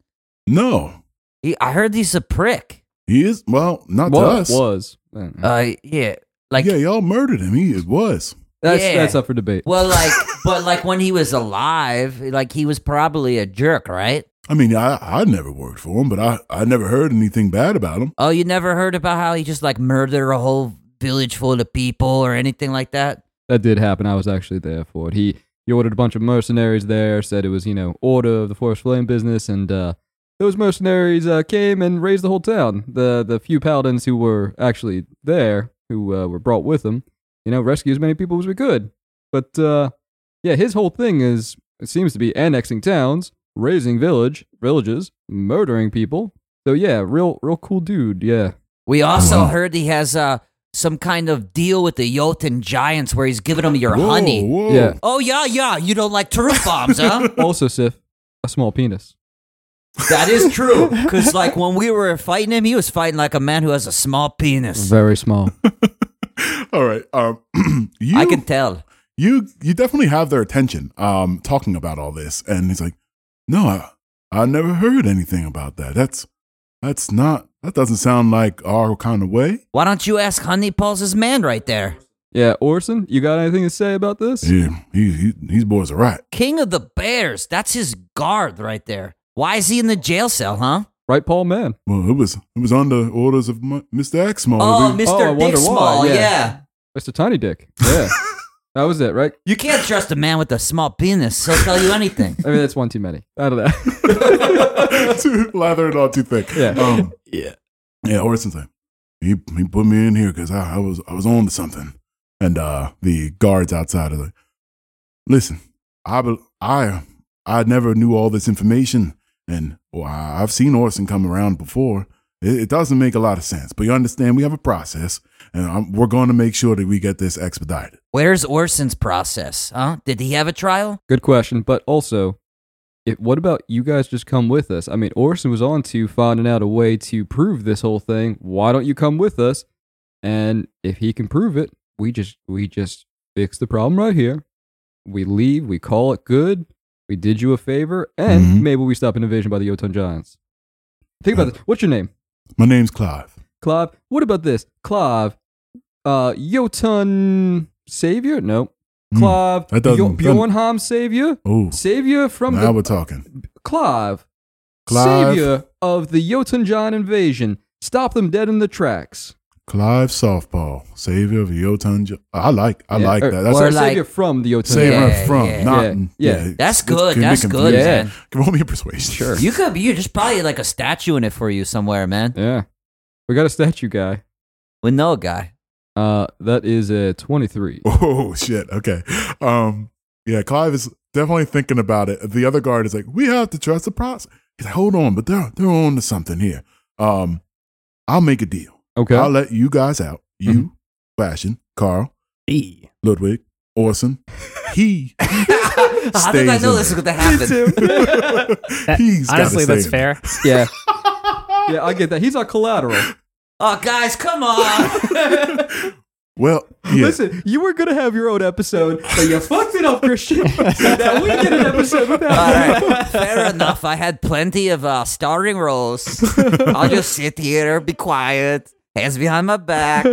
Speaker 1: No,
Speaker 4: He, I heard he's a prick.
Speaker 1: he is well, not to
Speaker 3: Well,
Speaker 1: us.
Speaker 3: was.
Speaker 4: Uh, yeah, like
Speaker 1: yeah, y'all murdered him. He it was.
Speaker 3: that's,
Speaker 4: yeah.
Speaker 3: that's up for debate.
Speaker 4: well, like, but like when he was alive, like he was probably a jerk, right?
Speaker 1: I mean, I I never worked for him, but I I never heard anything bad about him.
Speaker 4: Oh, you never heard about how he just like murdered a whole village full of people or anything like that?
Speaker 3: That did happen. I was actually there for it. He he ordered a bunch of mercenaries there. Said it was you know order of the Forest Flame business, and uh, those mercenaries uh, came and raised the whole town. The the few paladins who were actually there, who uh, were brought with him, you know, rescue as many people as we could. But uh, yeah, his whole thing is it seems to be annexing towns, raising village villages, murdering people. So yeah, real real cool dude. Yeah,
Speaker 4: We also
Speaker 1: wow.
Speaker 4: heard he has uh, some kind of deal with the Jotun giants where he's giving them your
Speaker 1: whoa,
Speaker 4: honey.
Speaker 1: Whoa.
Speaker 3: Yeah.
Speaker 4: Oh, yeah, yeah. You don't like truth bombs, huh?
Speaker 3: also Sif, a small penis.
Speaker 4: that is true. Because, like, when we were fighting him, he was fighting like a man who has a small penis.
Speaker 3: Very small.
Speaker 1: All right. Um, you
Speaker 4: I can tell.
Speaker 1: you you definitely have their attention um talking about all this and he's like no i i never heard anything about that that's that's not that doesn't sound like our kind of way
Speaker 4: Why don't you ask Honey Pulse's man right there?
Speaker 3: Yeah, Orson, you got anything to say about this?
Speaker 1: yeah he, he these boys are right
Speaker 4: King of the Bears. That's his guard right there. Why is he in the jail cell, huh?
Speaker 3: Right, Paul Man.
Speaker 1: well it was it was under orders of my, mr axmo
Speaker 4: Oh,
Speaker 3: Oh, I
Speaker 4: Mr.
Speaker 3: wonder
Speaker 4: Dick
Speaker 3: why,
Speaker 4: Small,
Speaker 3: yeah.
Speaker 4: yeah.
Speaker 3: Mr. Tiny Dick. Yeah. that was it, right?
Speaker 4: You can't trust a man with a small penis. He'll tell you anything.
Speaker 3: I mean, that's one too many. I don't know.
Speaker 1: too lathered on too thick
Speaker 3: Yeah.
Speaker 1: um, yeah orson's like he he put me in here because I, I was i was on to something and uh the guards outside are like listen, I bel- I I never knew all this information, and well, I- I've seen Orson come around before. It, it doesn't make a lot of sense, but you understand we have a process, and i we're going to make sure that we get this expedited.
Speaker 4: Where's Orson's process? Huh? Did he have a trial?
Speaker 3: Good question, but also, it, what about you guys just come with us? I mean, Orson was on to finding out a way to prove this whole thing. Why don't you come with us? And if he can prove it, we just we just fix the problem right here. We leave, we call it good. We did you a favor, and
Speaker 1: Mhm.
Speaker 3: maybe we stop an invasion by the Yotan Giants. Think about this. What's your name?
Speaker 1: My name's Clive.
Speaker 3: Clive. What about this? Clive, uh, Jotun Savior? No.
Speaker 1: Hmm,
Speaker 3: Clive,
Speaker 1: that doesn't-
Speaker 3: Bjo- Bjornheim Savior?
Speaker 1: Oh,
Speaker 3: Savior from
Speaker 1: now
Speaker 3: the
Speaker 1: we're talking.
Speaker 3: Clive,
Speaker 1: Clive.
Speaker 3: Savior of the Jotunjan invasion. Stop them dead in the tracks.
Speaker 1: Clive Softball, savior of the Yotan. Jo- I like, I
Speaker 3: Yeah,
Speaker 1: like
Speaker 3: or-
Speaker 1: that. That's
Speaker 3: or
Speaker 4: Or
Speaker 1: like,
Speaker 4: like-
Speaker 3: Savior from the Jotunjan.
Speaker 1: savior
Speaker 4: Yeah,
Speaker 1: from,
Speaker 4: yeah.
Speaker 1: not
Speaker 3: Yeah, yeah.
Speaker 1: yeah. it's-
Speaker 4: That's
Speaker 1: it
Speaker 4: good.
Speaker 1: can be
Speaker 4: That's good,
Speaker 1: confusing.
Speaker 3: Yeah.
Speaker 4: man.
Speaker 1: Roll me a persuasion.
Speaker 3: Sure.
Speaker 4: You could. You just probably like a statue in it for you somewhere, man.
Speaker 3: Yeah. We got a statue guy.
Speaker 4: We know a guy.
Speaker 3: Uh, that is a 23.
Speaker 1: Oh shit. Okay. Um. Yeah. Clive is definitely thinking about it. The other guard is like, we have to trust the process. He's like, hold on, but they're they're on to something here. Um, I'll make a deal.
Speaker 3: Okay.
Speaker 1: I'll let you guys out. You, Fashion, Carl,
Speaker 5: E.
Speaker 1: Ludwig, Orson. He.
Speaker 4: How did I
Speaker 1: stays
Speaker 4: know
Speaker 1: in
Speaker 4: this was
Speaker 1: there.
Speaker 4: going to happen?
Speaker 1: He's gotta
Speaker 5: Honestly,
Speaker 1: stay
Speaker 5: that's
Speaker 1: in
Speaker 5: fair.
Speaker 3: Yeah. yeah, I get that. He's our collateral.
Speaker 4: Oh, guys, come on.
Speaker 1: Well, yeah.
Speaker 3: Listen, you were going to have your own episode, but you fucked it up, Christian. so now we get an episode without
Speaker 4: All
Speaker 3: you.
Speaker 4: right. Fair enough. I had plenty of uh, starring roles. I'll just sit here, be quiet, hands behind my back.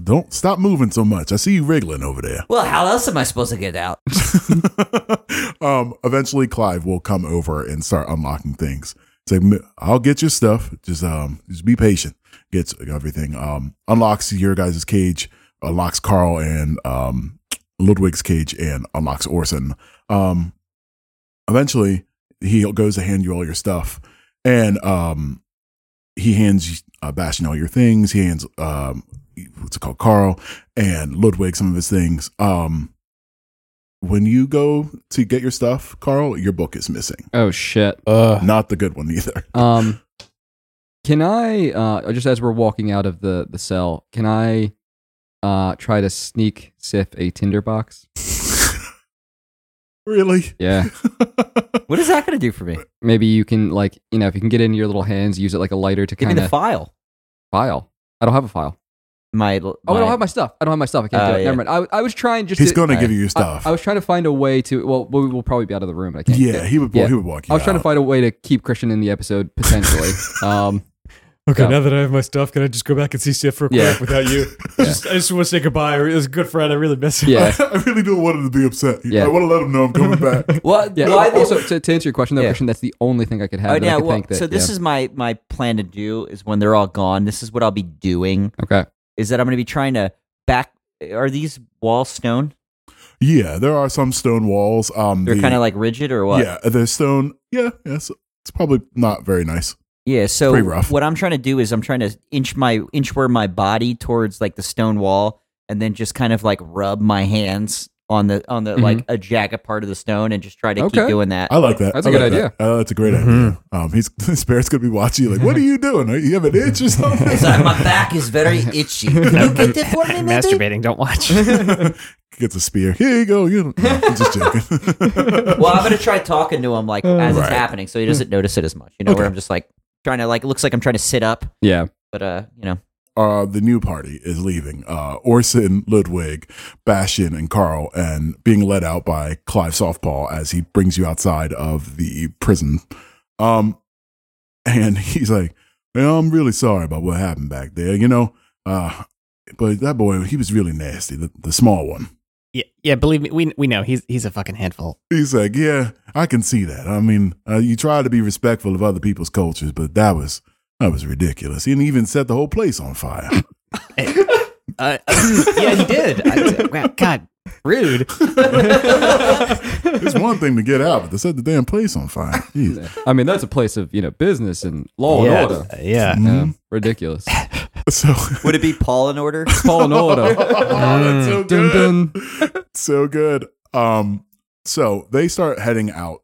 Speaker 1: Don't stop moving so much. I see you wriggling over there.
Speaker 4: Well, how else am I supposed to get out?
Speaker 1: um, eventually, Clive will come over and start unlocking things. Say, "M- I'll get your stuff. Just um, just be patient. Gets everything. Um, unlocks your guys' cage. Unlocks Carl and um, Ludwig's cage, and unlocks Orson. Um, eventually, he goes to hand you all your stuff, and um, he hands uh, Bastion all your things. He hands um, what's it called, Carl and Ludwig some of his things. Um, when you go to get your stuff, Carl, your book is missing.
Speaker 3: Oh, shit.
Speaker 7: Ugh.
Speaker 1: Not the good one either.
Speaker 3: Um, can I uh, just as we're walking out of the the cell, can I uh, try to sneak Sif a tinderbox?
Speaker 1: Really?
Speaker 3: Yeah,
Speaker 6: What is that going to do for me?
Speaker 3: maybe you can like you know if you can get it into your little hands, use it like a lighter to
Speaker 6: Give me
Speaker 3: kind
Speaker 6: the
Speaker 3: of
Speaker 6: file.
Speaker 3: file. I don't have a file.
Speaker 6: My,
Speaker 3: Oh, I
Speaker 6: my-
Speaker 3: don't have my stuff. I don't have my stuff. I can't
Speaker 6: Oh,
Speaker 3: do it.
Speaker 6: yeah.
Speaker 3: Never mind. I, I was trying just.
Speaker 1: He's
Speaker 3: to,
Speaker 1: gonna
Speaker 6: I-
Speaker 1: give you your
Speaker 3: I-
Speaker 1: stuff.
Speaker 3: I, was trying to find a way to. Well, we will probably be out of the room, but I can't.
Speaker 1: yeah, he would.
Speaker 3: Yeah.
Speaker 1: He would walk. You
Speaker 3: I was trying to
Speaker 1: out.
Speaker 3: find a way to keep Christian in the episode potentially. um,
Speaker 8: Okay,
Speaker 3: Yeah.
Speaker 8: now that I have my stuff, can I just go back and see Stiff real quick
Speaker 3: Yeah.
Speaker 8: without you? I just, I just want to say goodbye. It was a good friend. I really miss him.
Speaker 3: yeah.
Speaker 1: I really don't want him to be upset.
Speaker 3: Yeah.
Speaker 1: I want to let him know I'm coming back.
Speaker 6: What?
Speaker 3: Yeah.
Speaker 6: why the-
Speaker 3: also, to, to answer your question, that
Speaker 6: Yeah.
Speaker 3: Christian, that's the only thing I could have.
Speaker 6: Oh,
Speaker 3: that I
Speaker 6: yeah.
Speaker 3: could
Speaker 6: Well,
Speaker 3: think that,
Speaker 6: so this
Speaker 3: yeah.
Speaker 6: is my my plan to do is when they're all gone. This is what I'll be doing
Speaker 3: okay.
Speaker 6: is that I'm going to be trying to back. Are these walls stone?
Speaker 1: yeah, there are some stone walls. Um,
Speaker 6: They're
Speaker 1: the-
Speaker 6: kind of like rigid or what?
Speaker 1: Yeah, the stone. Yeah, yes. It's probably not very nice.
Speaker 6: Yeah. So
Speaker 1: Pretty rough.
Speaker 6: what I'm trying to do is I'm trying to inch my inchworm my body towards like the stone wall, and then just kind of like rub my hands on the on the like a jagged part of the stone, and just try to
Speaker 3: Okay.
Speaker 6: keep doing that.
Speaker 1: Mm-hmm. I like that.
Speaker 3: That's
Speaker 1: a
Speaker 3: a good idea. Mm-hmm.
Speaker 1: that's a great idea. Um, he's his parents gonna be watching you. Like, what are you doing? Are you have an itch or something?
Speaker 4: It's like my back is very itchy. Can you get it for me, maybe?
Speaker 5: Masturbating. Don't watch.
Speaker 1: Gets a spear. Here you go. You. don't- No, I'm just joking.
Speaker 6: well, I'm gonna try talking to him like as it's
Speaker 1: Uh, Right. Mm.
Speaker 6: happening, so he doesn't notice it as much. You know, where
Speaker 1: Okay.
Speaker 6: I'm just like trying to like it looks like I'm trying to sit up,
Speaker 3: Yeah.
Speaker 6: but uh, you know,
Speaker 1: uh, the new party is leaving. Uh, Orson, Ludwig, Bastion, and Carl, and being led out by Clive Softpaw as he brings you outside of the prison. Um, and he's like, well, I'm really sorry about what happened back there, you know? Uh, but that boy, he was really nasty, the, the small one.
Speaker 5: yeah, yeah. Believe me, we we know he's he's a fucking handful.
Speaker 1: He's like, yeah, I can see that. I mean, uh, you try to be respectful of other people's cultures, but that was that was ridiculous. He even set the whole place on fire.
Speaker 5: Uh, yeah, he did. I- God, rude.
Speaker 1: It's one thing to get out, but to set the damn place on fire. Jeez.
Speaker 3: I mean, that's a place of you know business and law and
Speaker 5: yeah,
Speaker 3: order.
Speaker 5: uh, yeah.
Speaker 6: Mm-hmm.
Speaker 3: Yeah, ridiculous.
Speaker 1: So,
Speaker 6: would it be Paul in order?
Speaker 3: Law and order.
Speaker 1: Oh, that's so
Speaker 3: Dun,
Speaker 1: good.
Speaker 3: dun.
Speaker 1: So good. Um, so they start heading out,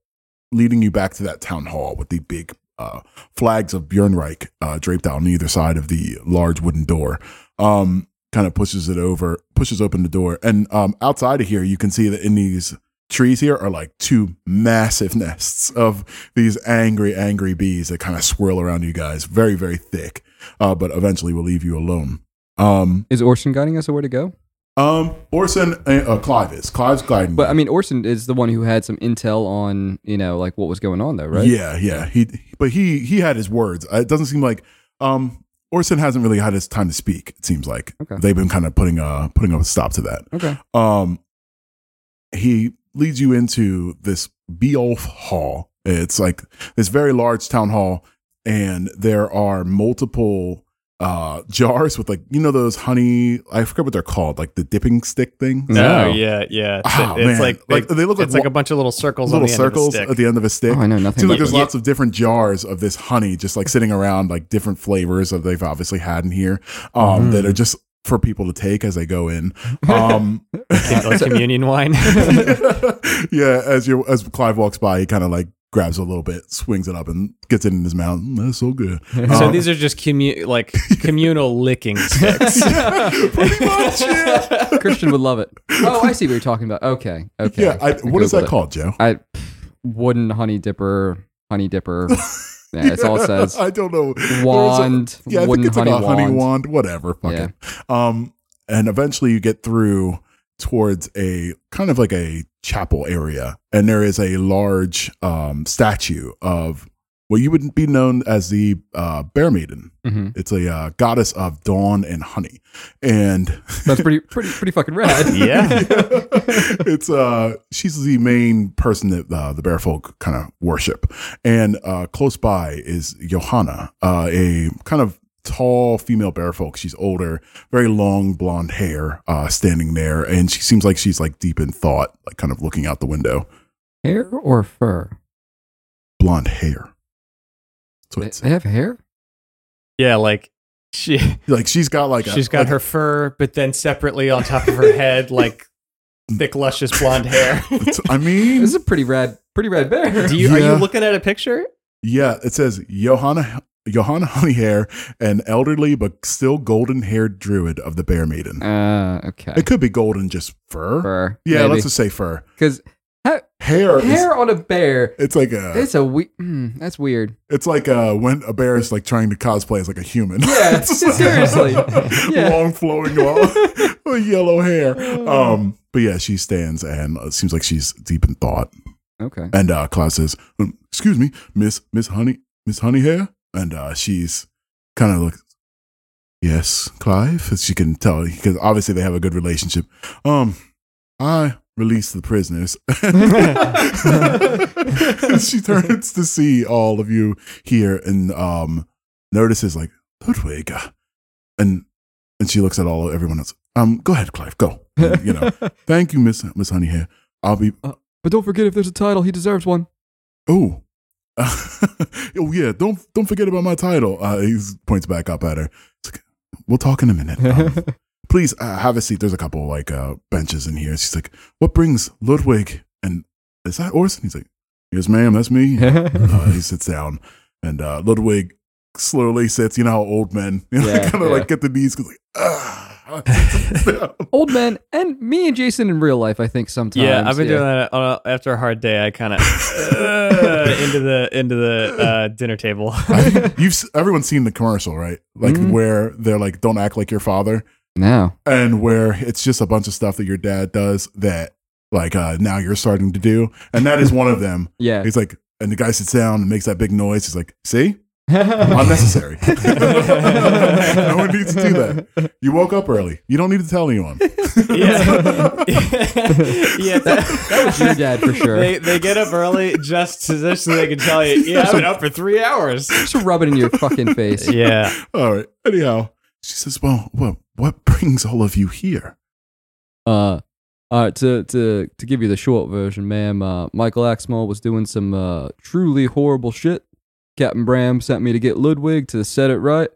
Speaker 1: leading you back to that town hall with the big uh, flags of Bjornreich uh, draped out on either side of the large wooden door. Um, kind of pushes it over, pushes open the door, and um, outside of here, you can see that in these trees here are like two massive nests of these angry, angry bees that kind of swirl around you guys, very, very thick, uh, but eventually will leave you alone. Um,
Speaker 3: Is Orson guiding us or where to go?
Speaker 1: um, Orson, uh, uh, Clive is Clive's guiding.
Speaker 3: But
Speaker 1: you.
Speaker 3: I mean, Orson is the one who had some intel on you know like what was going on though, right?
Speaker 1: Yeah, yeah. He but he he had his words. Uh, It doesn't seem like um Orson hasn't really had his time to speak. It seems like
Speaker 3: Okay.
Speaker 1: they've been kind of putting a putting a stop to that.
Speaker 3: Okay.
Speaker 1: Um, he leads you into this Beowulf Hall. It's like this very large town hall, and there are multiple uh jars with like you know those honey. I forget what they're called, like the dipping stick thing.
Speaker 3: No.
Speaker 7: No, yeah, yeah. It's,
Speaker 1: Oh,
Speaker 7: it's
Speaker 1: man.
Speaker 7: like they,
Speaker 1: Like, they look
Speaker 7: look
Speaker 1: like
Speaker 7: it's like
Speaker 1: wa-
Speaker 7: a bunch of little circles,
Speaker 1: Little
Speaker 7: on the
Speaker 1: circles
Speaker 7: End
Speaker 1: at
Speaker 7: of the
Speaker 1: the end of a stick.
Speaker 3: Oh, I know nothing.
Speaker 1: Seems like
Speaker 3: About
Speaker 1: there's
Speaker 3: that.
Speaker 1: lots of different jars of this honey, just like sitting around, like different flavors that they've obviously had in here, um, that are just for people to take as they go in. Um,
Speaker 7: stick. like communion wine.
Speaker 1: yeah, as you as Clive walks by, he kind of like grabs a little bit, swings it up, and gets it in his mouth. Mm, that's so good.
Speaker 7: so
Speaker 1: Um,
Speaker 7: these are just commu- like communal licking sticks.
Speaker 1: pretty much. Yeah,
Speaker 3: Christian would love it. Oh, I see what you're talking about. Okay. Okay.
Speaker 1: yeah I, what is
Speaker 3: Googled
Speaker 1: that
Speaker 3: it.
Speaker 1: called, Joe?
Speaker 3: I wooden honey dipper, honey dipper. Yeah, that's all it says.
Speaker 1: I don't know. There's a-
Speaker 3: Wand,
Speaker 1: yeah, I think
Speaker 3: wooden
Speaker 1: it's
Speaker 3: honey
Speaker 1: like a honey
Speaker 3: wand.
Speaker 1: wand, whatever. Fuck
Speaker 3: Yeah.
Speaker 1: it. Um, and eventually you get through towards a kind of like a chapel area, and there is a large um statue of what you would be known as the uh, bear maiden.
Speaker 3: hmm
Speaker 1: It's a uh, goddess of dawn and honey, and
Speaker 3: That's pretty, pretty, pretty fucking rad.
Speaker 7: yeah.
Speaker 1: it's uh she's the main person that uh, the bear folk kind of worship and uh close by is johanna uh a kind of tall female bear folk she's older very long blonde hair uh standing there and she seems like she's like deep in thought like kind of looking out the window
Speaker 3: Hair or fur?
Speaker 1: blonde hair so
Speaker 3: They,
Speaker 1: it's
Speaker 3: they have hair.
Speaker 7: Yeah, like she
Speaker 1: like she's got like a,
Speaker 7: she's got
Speaker 1: like-
Speaker 7: her fur, but then separately on top of her head, like thick, luscious blonde hair.
Speaker 1: i mean
Speaker 3: This is a pretty rad, pretty rad bear.
Speaker 7: Do you are
Speaker 1: Yeah.
Speaker 7: you looking at a picture?
Speaker 1: Yeah, it says Johanna Johanna Honeyhair, an elderly but still golden haired druid of the Bear Maiden.
Speaker 3: Uh, okay.
Speaker 1: It could be golden just fur.
Speaker 3: Fur.
Speaker 1: yeah, let's just say fur.
Speaker 3: because
Speaker 1: Hair, is
Speaker 3: hair on a bear.
Speaker 1: it's like a
Speaker 3: It's a we- mm, That's weird.
Speaker 1: it's like uh when a bear is like trying to cosplay as like a human.
Speaker 3: Yeah,
Speaker 1: It's just
Speaker 3: seriously. Yeah.
Speaker 1: Long flowing long, yellow hair.
Speaker 3: Oh.
Speaker 1: Um but yeah, she stands and it seems like she's deep in thought.
Speaker 3: Okay.
Speaker 1: And uh, Klaus says, "Um, "Excuse me, Miss Miss Honey Miss Honeyhair," and uh, she's kind of like, "Yes, Clive." As she can tell, because obviously they have a good relationship. Um, I released the prisoners. she turns to see all of you here and um notices like Ludwig, uh, and and she looks at all everyone else. Um, go ahead, Clive, go. And, you know, thank you, Miss Miss Honeyhair. I'll be
Speaker 3: But don't forget, if there's a title, he deserves one.
Speaker 1: Oh. oh yeah, don't don't forget about my title. Uh, he points back up at her. It's like, we'll talk in a minute. Um, please uh, have a seat. There's a couple like uh, benches in here. She's like, "What brings Ludwig?" And is that Orson? He's like, "Yes, ma'am, that's me." uh, he sits down, and uh, Ludwig slowly sits. You know how old men you know,
Speaker 3: Yeah,
Speaker 1: kind of
Speaker 3: yeah.
Speaker 1: like get the knees because like ah. sits down.
Speaker 3: Old man and me and Jason in real life, I think sometimes.
Speaker 7: yeah, I've been doing that on a, after a hard day. I kind of uh, into the into the uh, dinner table.
Speaker 1: I think You've s- everyone's seen the commercial, right? Like
Speaker 3: Mhm.
Speaker 1: where they're like, "Don't act like your father."
Speaker 3: No.
Speaker 1: and where it's just a bunch of stuff that your dad does that like uh now you're starting to do and that is one of them
Speaker 3: Yeah.
Speaker 1: he's like and the guy sits down and makes that big noise he's like see unnecessary no one needs to do that you woke up early you don't need to tell anyone
Speaker 7: yeah, yeah. that-
Speaker 3: That was your dad for sure.
Speaker 7: They they get up early just so, just so they can tell you. Yeah, I've been up for three hours.
Speaker 3: Just rub it in your fucking face.
Speaker 7: Yeah,
Speaker 1: all right anyhow she says well what what brings all of you here
Speaker 3: Uh, all right, to, to, to give you the short version, ma'am, uh, Michael Axmall was doing some uh, truly horrible shit. Captain Bram sent me to get Ludwig to set it right.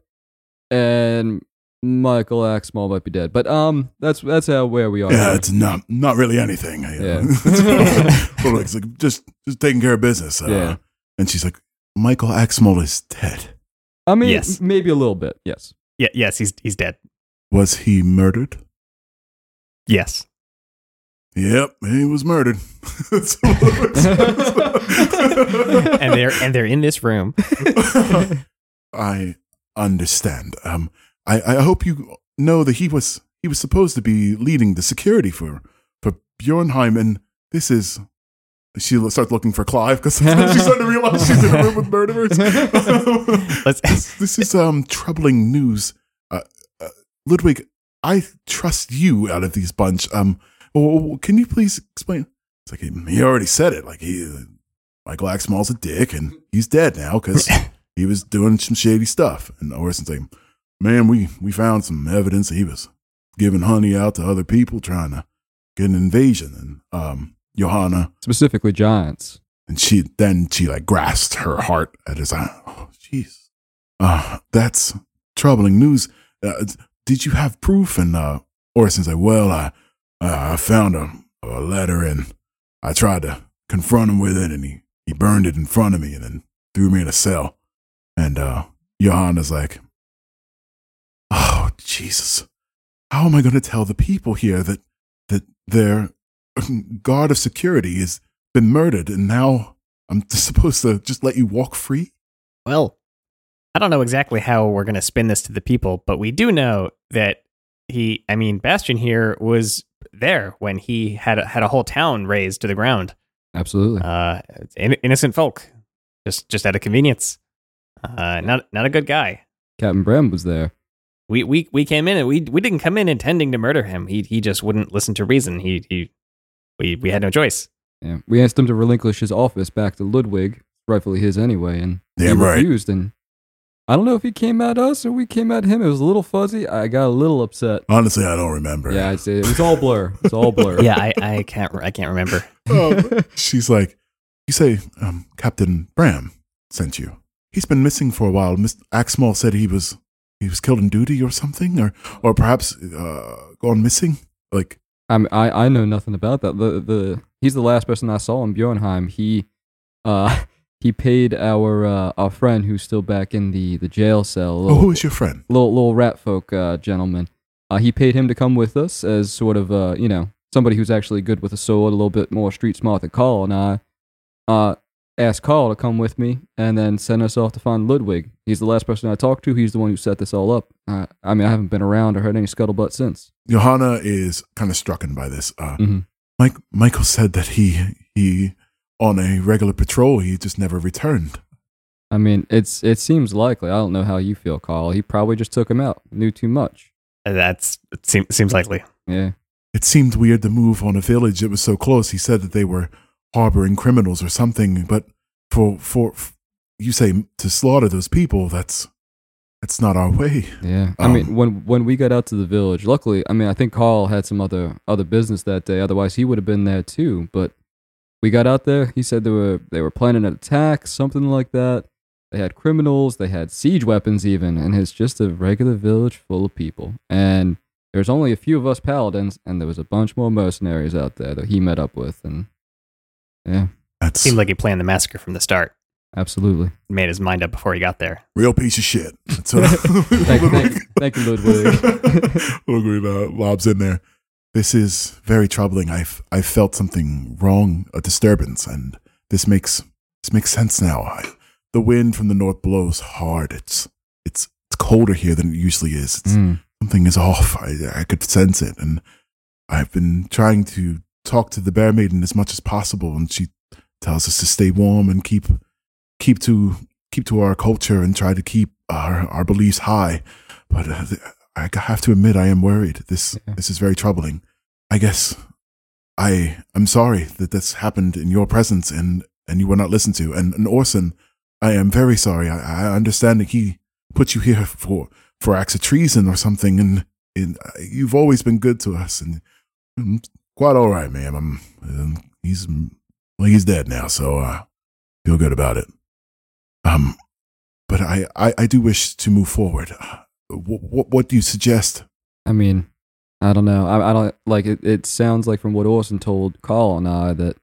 Speaker 3: And Michael Axmall might be dead, but um, that's that's how where we are.
Speaker 1: Yeah, it's not not really anything. you know.
Speaker 3: Yeah.
Speaker 1: So, like, it's like, just just taking care of business. Uh,
Speaker 3: Yeah.
Speaker 1: And she's like, Michael Axmall is dead.
Speaker 3: I mean,
Speaker 5: Yes.
Speaker 3: maybe a little bit. Yes.
Speaker 5: Yeah, yes, he's he's dead.
Speaker 1: Was he murdered?
Speaker 5: Yes.
Speaker 1: Yep, he was murdered.
Speaker 5: And they're and they're in this room.
Speaker 1: I understand. Um, I, I hope you know that he was he was supposed to be leading the security for for Bjornheim, and this is. She lo- starts looking for Clive because she's starting to realize she's in a room with murderers.
Speaker 5: Let's-
Speaker 1: this, this is um troubling news. Uh, uh, Ludwig, I trust you out of these bunch. Um, w- w- can you please explain? It's like he, he already said it. Like he, Michael Axmall's a dick, and he's dead now because he was doing some shady stuff. And Orson's like, man, we, we found some evidence that he was giving honey out to other people trying to get an invasion. And um, Johanna,
Speaker 3: Specifically, giants.
Speaker 1: and she then she like grasped her heart at his eye. Oh, jeez, uh, that's troubling news. Uh, did you have proof? And uh, Orson's like, well, I uh, I found a, a letter and I tried to confront him with it, and he he burned it in front of me, and then threw me in a cell. And uh, Johanna's like, oh Jesus, how am I going to tell the people here that that their uh, guard of security is been murdered and now I'm just supposed to just let you walk free?
Speaker 5: Well, I don't know exactly how we're going to spin this to the people, but we do know that he, I mean, Bastion here was there when he had a, had a whole town razed to the ground.
Speaker 3: Absolutely.
Speaker 5: Uh, in, innocent folk, just just out of convenience. Uh, not not a good guy.
Speaker 3: Captain Brem was there.
Speaker 5: We we we came in and we we didn't come in intending to murder him. He he just wouldn't listen to reason. He he we we had no choice.
Speaker 3: Yeah. We asked him to relinquish his office back to Ludwig, rightfully his anyway, and
Speaker 1: Damn
Speaker 3: he
Speaker 1: right.
Speaker 3: refused. And I don't know if he came at us or we came at him. It was a little fuzzy. I got a little upset.
Speaker 1: Honestly, I don't remember.
Speaker 3: Yeah, I'd say it was all blur. It's all blur.
Speaker 5: Yeah, I, I can't I can't remember.
Speaker 1: Um, she's like, you say um, Captain Bram sent you. He's been missing for a while. Mr. Axmall said he was he was killed in duty or something, or or perhaps uh, gone missing. Like,
Speaker 3: I'm, I I know nothing about that. The the he's the last person I saw in Bjornheim. He uh he paid our uh, our friend who's still back in the the jail cell. a
Speaker 1: oh,
Speaker 3: little-
Speaker 1: who is your friend?
Speaker 3: little little rat folk uh, gentleman. Uh, he paid him to come with us as sort of uh, you know somebody who's actually good with a sword, a little bit more street smart than Carl, and I uh, asked Carl to come with me and then send us off to find Ludwig. He's the last person I talked to. He's the one who set this all up. Uh, I mean, I haven't been around or heard any scuttlebutt since.
Speaker 1: Johanna is kind of strucken by this. Uh,
Speaker 3: Mhm.
Speaker 1: Mike Michael said that he he on a regular patrol he just never returned.
Speaker 3: I mean, it's it seems likely. I don't know how you feel, Carl. He probably just took him out. Knew too much.
Speaker 5: That's it seems seems likely.
Speaker 3: Yeah.
Speaker 1: It seemed weird to move on a village that was so close. He said that they were harboring criminals or something, but for for f- you say to slaughter those people, that's that's not our way.
Speaker 3: Yeah, I
Speaker 1: Um,
Speaker 3: mean, when when we got out to the village, luckily, I mean, I think Carl had some other other business that day. Otherwise, he would have been there too. But we got out there. He said they were they were planning an attack, something like that. They had criminals. They had siege weapons, even, and it's just a regular village full of people. And there's only a few of us paladins, and there was a bunch more mercenaries out there that he met up with. And yeah,
Speaker 1: That's
Speaker 5: Seemed like he planned the massacre from the start.
Speaker 3: absolutely.
Speaker 5: Made his mind up before he got there.
Speaker 1: real piece of shit. That's uh, what I,
Speaker 3: Thank, thank, thank you, Ludwig.
Speaker 1: Ludwig uh, lobs in there. This is very troubling. I've I felt something wrong, a disturbance, and this makes this makes sense now. I, the wind from the north blows hard. It's it's it's colder here than it usually is. It's,
Speaker 3: Mm.
Speaker 1: something is off. I, I could sense it. And I've been trying to talk to the bear maiden as much as possible. And she tells us to stay warm and keep, keep to, keep to our culture and try to keep our, our beliefs high. But uh, th- I have to admit, I am worried. This,
Speaker 3: Yeah.
Speaker 1: this is very troubling. I guess I, I'm sorry that this happened in your presence and, and you were not listened to. And, and Orson, I am very sorry. I, I understand that he put you here for, for acts of treason or something, and, and uh, you've always been good to us, and i quite all right, ma'am. I'm, um, he's well, he's dead now, so uh, feel good about it. Um, but I, I, I do wish to move forward. Uh, what what do you suggest?
Speaker 3: I mean, I don't know. I, I don't like it. It sounds like from what Orson told Carl and I that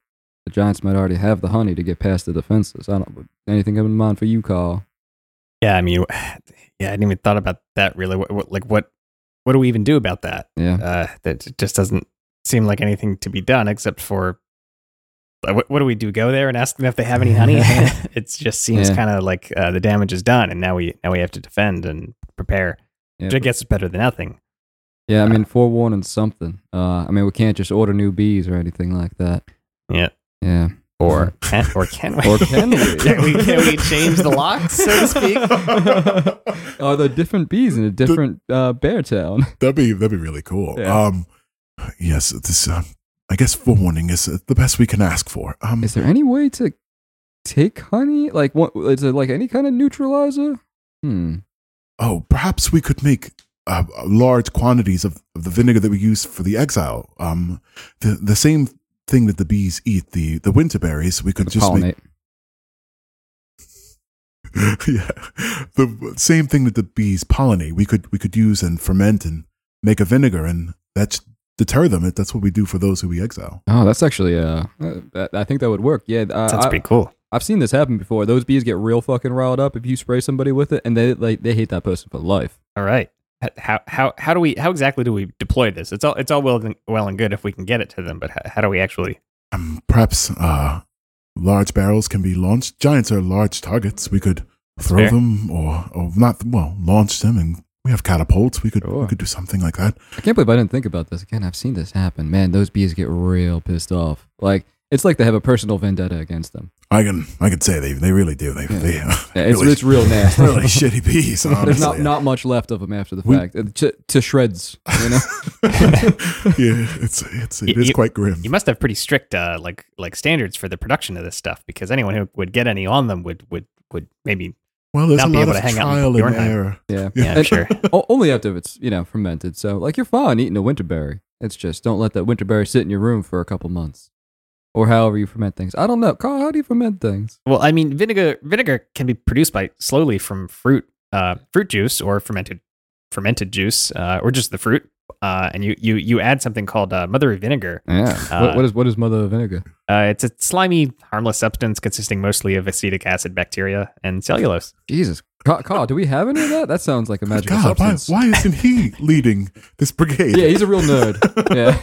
Speaker 3: the Giants might already have the honey to get past the defenses. I don't. Anything come in mind for you, Carl?
Speaker 5: Yeah, I mean, yeah, I hadn't even thought about that really. What, what like what what do we even do about that?
Speaker 3: Yeah.
Speaker 5: Uh, that it just doesn't seem like anything to be done except for uh, what, what do we do? Go there and ask them if they have any honey? it just seems
Speaker 3: Yeah.
Speaker 5: kind of like uh, the damage is done, and now we now we have to defend and prepare.
Speaker 3: Yeah,
Speaker 5: Which I guess is better than nothing.
Speaker 3: Yeah, I mean, forewarning something. Uh, I mean, we can't just order new bees or anything like that.
Speaker 5: Yeah.
Speaker 3: Yeah.
Speaker 5: Or can, or can we?
Speaker 3: Or can we?
Speaker 5: can we? Can we change the locks, so to speak?
Speaker 3: Are there different bees in a different uh, bear town?
Speaker 1: That'd be that'd be really cool.
Speaker 3: Yeah.
Speaker 1: Um, yes, this um, I guess forewarning is uh, the best we can ask for. Um,
Speaker 3: Is there any way to take honey? Like, what? Is there like any kind of neutralizer? Hmm.
Speaker 1: oh, perhaps we could make uh, large quantities of, of the vinegar that we use for the exile. Um, the the same thing that the bees eat the the winter berries. We could
Speaker 3: The
Speaker 1: just make
Speaker 3: pollinate.
Speaker 1: yeah, the same thing that the bees pollinate. We could we could use and ferment and make a vinegar, and that's deter them. That's what we do for those who we exile.
Speaker 3: Oh, that's actually uh, uh, that- I think that would work. Yeah, uh,
Speaker 5: Sounds
Speaker 3: I,
Speaker 5: pretty cool.
Speaker 3: I've seen this happen before. Those bees get real fucking riled up if you spray somebody with it, and they like they hate that person for life.
Speaker 5: All right. H- How how how do we how exactly do we deploy this? It's all it's all well and, well and good if we can get it to them, but how, how do we actually?
Speaker 1: Um, perhaps uh, large barrels can be launched. Giants are large targets. We could throw
Speaker 5: fair.
Speaker 1: them, or or not. Well, launch them, and we have catapults. We could
Speaker 3: Sure.
Speaker 1: we could do something like that.
Speaker 3: I can't believe I didn't think about this. Again, I've seen this happen. Man, those bees get real pissed off. Like it's like they have a personal vendetta against them.
Speaker 1: I can I can say they they really do. They
Speaker 3: Yeah.
Speaker 1: they, uh,
Speaker 3: Yeah, it's
Speaker 1: really,
Speaker 3: it's real nasty.
Speaker 1: really shitty bees.
Speaker 3: There's not
Speaker 1: honestly.
Speaker 3: not much left of them after the
Speaker 1: We-
Speaker 3: fact. Uh, to, to shreds, you know.
Speaker 1: yeah, it's it's it
Speaker 5: You-
Speaker 1: is
Speaker 5: you-
Speaker 1: quite grim.
Speaker 5: You must have pretty strict uh, like like standards for the production of this stuff because anyone who would get any on them would would would maybe
Speaker 1: well, there's a
Speaker 5: not be
Speaker 1: lot
Speaker 5: able
Speaker 1: of
Speaker 5: to hang out in
Speaker 1: trial and
Speaker 5: Bjornheim.
Speaker 1: error.
Speaker 3: yeah.
Speaker 5: yeah I'm
Speaker 3: And-
Speaker 5: sure
Speaker 3: O- only after it's you know fermented. So like you're fine eating a winterberry. It's just don't let that winterberry sit in your room for a couple months, or however you ferment things. I don't know, Carl. How do you ferment things?
Speaker 5: Well, I mean, vinegar vinegar can be produced by slowly from fruit uh, fruit juice or fermented fermented juice uh, or just the fruit, uh, and you you you add something called uh, mother vinegar.
Speaker 3: Yeah.
Speaker 5: Uh,
Speaker 3: what, what is what is mother vinegar?
Speaker 5: Uh, it's a slimy, harmless substance consisting mostly of acetic acid, bacteria, and cellulose.
Speaker 3: Jesus, Carl, Carl, do we have any of that? That sounds like a magical
Speaker 1: God, why,
Speaker 3: substance.
Speaker 1: why isn't he leading this brigade?
Speaker 3: Yeah, he's a real nerd. Yeah.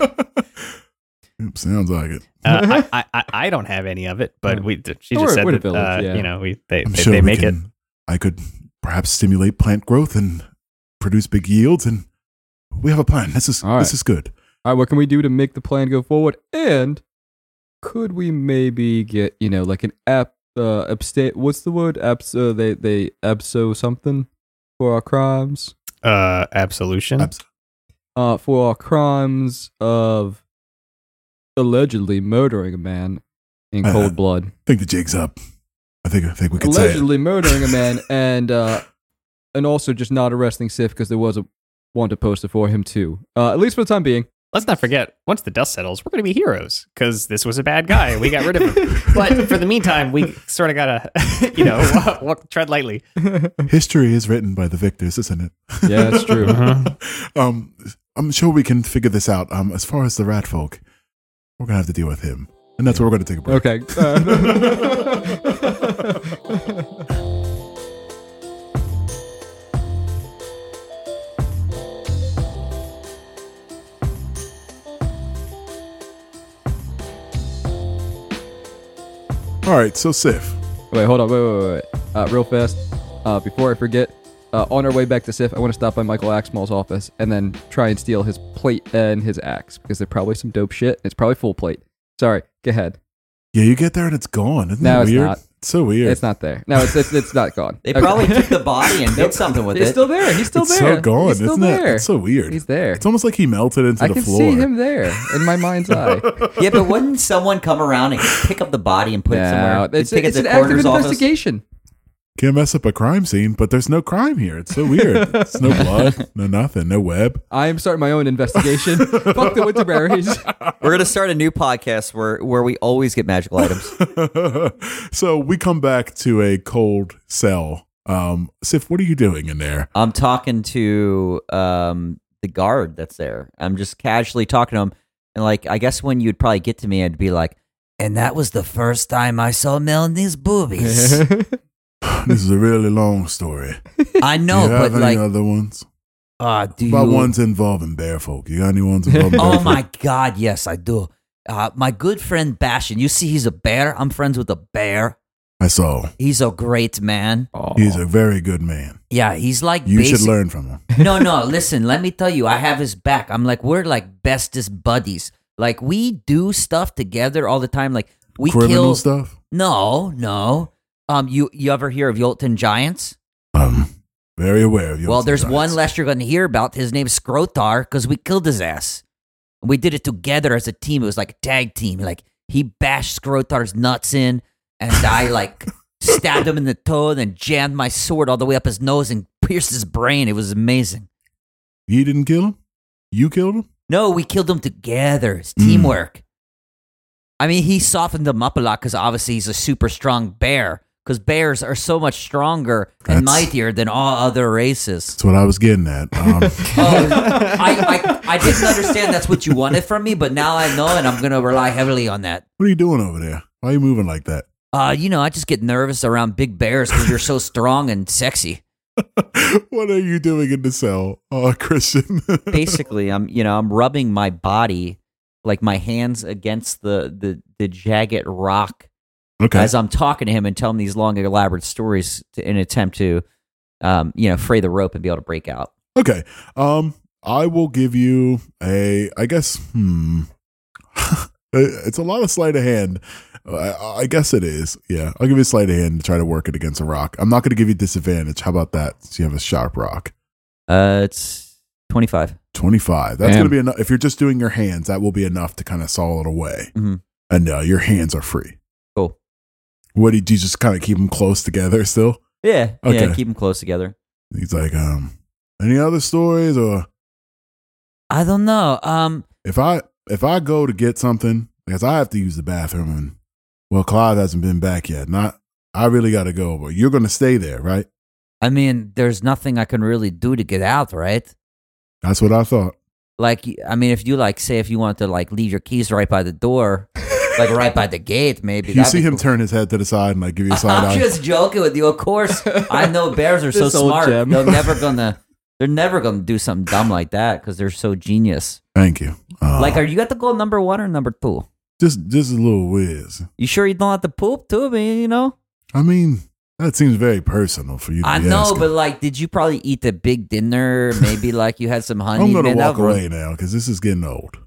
Speaker 1: Oops, sounds like it.
Speaker 5: Uh, I, I, I I don't have any of it, but
Speaker 3: Yeah.
Speaker 5: we she
Speaker 3: Oh,
Speaker 5: just
Speaker 3: we're-
Speaker 5: said
Speaker 3: we're the
Speaker 5: that
Speaker 3: village,
Speaker 5: uh,
Speaker 3: yeah.
Speaker 5: you know we they
Speaker 1: I'm
Speaker 5: they,
Speaker 1: sure
Speaker 5: they
Speaker 1: we
Speaker 5: make it.
Speaker 1: can, I could perhaps stimulate plant growth and produce big yields, and we have a plan. This is
Speaker 3: All right.
Speaker 1: this is good.
Speaker 3: All right, what can we do to make the plan go forward? And could we maybe get you know like an app uh, abstain? What's the word? Abs uh, they they abso something for our crimes.
Speaker 5: Uh, absolution.
Speaker 1: Abs-
Speaker 3: uh, for our crimes of allegedly murdering a man in
Speaker 1: Uh,
Speaker 3: cold blood.
Speaker 1: I think the jig's up. I think I think we can say it.
Speaker 3: Allegedly murdering a man, and uh, and also just not arresting Sif because there was a wanted poster for him too. Uh, at least for the time being.
Speaker 5: Let's not forget, once the dust settles, we're going to be heroes because this was a bad guy. and We got rid of him. but for the meantime, we sort of got to, you know, walk, walk, tread lightly.
Speaker 1: History is written by the victors, isn't it?
Speaker 3: Yeah, that's true.
Speaker 1: Um, I'm sure we can figure this out. Um, as far as the rat folk, we're gonna have to deal with him, and that's where we're gonna take a break.
Speaker 3: Okay. Uh,
Speaker 1: All right, so Sif,
Speaker 3: wait, hold on. Wait, wait, wait. wait. Uh, real fast. Uh, before I forget, uh, on our way back to Sif, I want to stop by Michael Axmall's office and then try and steal his plate and his axe because they're probably some dope shit. It's probably full plate. Sorry. Go ahead.
Speaker 1: yeah, you get there and it's gone. Isn't
Speaker 3: No,
Speaker 1: that
Speaker 3: it's
Speaker 1: weird?
Speaker 3: not.
Speaker 1: It's so weird.
Speaker 3: It's not there. No, it's it's, it's not gone.
Speaker 6: They
Speaker 3: Okay.
Speaker 6: probably took the body and did something with
Speaker 3: It's
Speaker 6: it.
Speaker 3: still there. He's still
Speaker 1: It's
Speaker 3: there.
Speaker 1: so gone,
Speaker 3: He's still
Speaker 1: isn't
Speaker 3: there.
Speaker 1: it? It's so weird.
Speaker 3: He's there.
Speaker 1: It's almost like he melted into
Speaker 3: I
Speaker 1: the
Speaker 3: can
Speaker 1: floor.
Speaker 3: see him there in my mind's eye.
Speaker 6: yeah, but wouldn't someone come around and pick up the body and put it
Speaker 3: No,
Speaker 6: somewhere?
Speaker 3: it's,
Speaker 6: Pick it
Speaker 3: it's
Speaker 6: at
Speaker 3: an
Speaker 6: the
Speaker 3: active
Speaker 6: coroner's office?
Speaker 3: investigation.
Speaker 1: Can't mess up a crime scene, but there's no crime here. It's so weird. it's no blood, no nothing, no web.
Speaker 3: I am starting my own investigation. Fuck the Winterberries.
Speaker 6: We're gonna start a new podcast where where we always get magical items.
Speaker 1: so we come back to a cold cell Um, Sif, what are you doing in there?
Speaker 6: I'm talking to um, the guard that's there. I'm just casually talking to him, and like I guess when you'd probably get to me, I'd be like,
Speaker 4: And that was the first time I saw Melanie's boobies.
Speaker 1: this is a really long story.
Speaker 4: I
Speaker 1: Do
Speaker 4: know,
Speaker 1: you have
Speaker 4: but
Speaker 1: any
Speaker 4: like,
Speaker 1: other ones?
Speaker 6: ah,
Speaker 4: uh, do
Speaker 1: About
Speaker 4: you?
Speaker 1: ones involving bear folk. You got any ones involving bear
Speaker 4: oh
Speaker 1: folk?
Speaker 4: my God, yes, I do. Uh, my good friend Bashan, you see, he's a bear. I'm friends with a bear.
Speaker 1: I saw.
Speaker 4: He's a great man.
Speaker 1: He's a very good man.
Speaker 4: Yeah, he's like
Speaker 1: You should
Speaker 4: basic-
Speaker 1: learn from him.
Speaker 4: no, no. Listen, let me tell you, I have his back. I'm like, we're like bestest buddies. Like we do stuff together all the time. Like we
Speaker 1: Criminal
Speaker 4: kill.
Speaker 1: stuff?
Speaker 4: No, no. Um, you you ever hear of Yolton Giants?
Speaker 1: Um, very aware of your
Speaker 4: well, there's
Speaker 1: desires.
Speaker 4: one less you're gonna hear about. His name's Scrotar because we killed his ass. We did it together as a team. It was like a tag team. Like he bashed Scrotar's nuts in, and I like stabbed him in the toe, and then jammed my sword all the way up his nose and pierced his brain. It was amazing.
Speaker 1: He didn't kill him? You killed him?
Speaker 4: No, we killed them together. It's
Speaker 1: Mm.
Speaker 4: teamwork. I mean, he softened them up a lot because obviously he's a super strong bear. Because bears are so much stronger and
Speaker 1: That's-
Speaker 4: mightier than all other races.
Speaker 1: That's what I was getting at. Um,
Speaker 4: Oh, I, I, I didn't understand that's what you wanted from me, but now I know, and I'm going to rely heavily on that.
Speaker 1: what are you doing over there? Why are you moving like that?
Speaker 4: Uh, you know, I just get nervous around big bears because you're so strong and sexy.
Speaker 1: what are you doing in the cell, uh, Christian?
Speaker 6: basically, I'm you know I'm rubbing my body, like my hands against the the the jagged rock
Speaker 1: okay.
Speaker 6: as I'm talking to him and telling these long elaborate stories to, in an attempt to, um, you know, fray the rope and be able to break out.
Speaker 1: Okay. Um, I will give you a. I guess. Hmm. it's a lot of sleight of hand. Uh, I, I guess it is. Yeah, I'll give you a sleight of hand to try to work it against a rock. I'm not going to give you disadvantage. How about that? So you have a sharp rock.
Speaker 6: Uh, it's twenty five.
Speaker 1: 25. That's
Speaker 3: Damn.
Speaker 1: going to be enough. If you're just doing your hands, that will be enough to kind of saw it away.
Speaker 6: Mhm.
Speaker 1: And uh, your hands are free.
Speaker 6: Cool.
Speaker 1: What do you, do you just kind of keep them close together still?
Speaker 6: Yeah, yeah.
Speaker 1: Okay.
Speaker 6: Keep them close together.
Speaker 1: He's like, um, any other stories or
Speaker 4: I don't know. Um,
Speaker 1: if I if I go to get something because I have to use the bathroom and well Clive hasn't been back yet and I I really got to go but you're gonna stay there right
Speaker 4: I mean, there's nothing I can really do to get out, right?
Speaker 1: that's what I thought
Speaker 4: like I mean, if you like say if you want to like leave your keys right by the door, like right by the gate, maybe
Speaker 1: you
Speaker 4: that'd
Speaker 1: see
Speaker 4: be
Speaker 1: him
Speaker 4: cool.
Speaker 1: turn his head to the side and like give you a side
Speaker 4: I'm
Speaker 1: eye
Speaker 4: just joking with you. Of course, I know bears are so
Speaker 3: This old
Speaker 4: smart. They're
Speaker 3: gem.
Speaker 4: never gonna. They're never gonna do something dumb like that because they're so genius.
Speaker 1: thank you uh,
Speaker 6: Like, are you got to go number one or number two?
Speaker 1: just just a little whiz
Speaker 6: You sure you don't have to poop too? I mean, you know,
Speaker 1: I mean that seems very personal for you to
Speaker 4: I
Speaker 1: be
Speaker 4: know,
Speaker 1: asking.
Speaker 4: but like, did you probably eat a big dinner? Maybe like you had some honey.
Speaker 1: I'm gonna
Speaker 4: man, that
Speaker 1: walk
Speaker 4: would-
Speaker 1: away now because this is getting old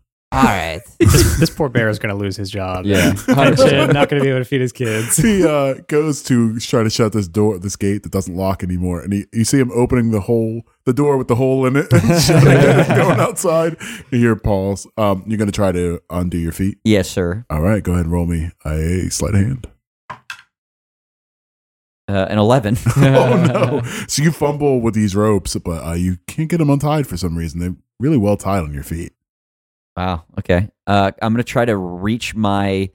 Speaker 4: All right.
Speaker 5: this, this poor bear is going to lose his job.
Speaker 3: yeah.
Speaker 5: Pension, not going to be able to feed his kids.
Speaker 1: he uh, goes to try to shut this door, this gate that doesn't lock anymore, and he, you see him opening the hole, the door with the hole in it, and shutting it, and going outside. You hear Paul's. Um, you're gonna try to undo your feet.
Speaker 6: yes, sir.
Speaker 1: All right, go ahead and roll me a sleight of hand.
Speaker 6: Uh, an eleven.
Speaker 1: oh no! So you fumble with these ropes, but uh, you can't get them untied for some reason. They're really well tied on your feet.
Speaker 6: wow. Okay. Uh, I'm gonna try to reach my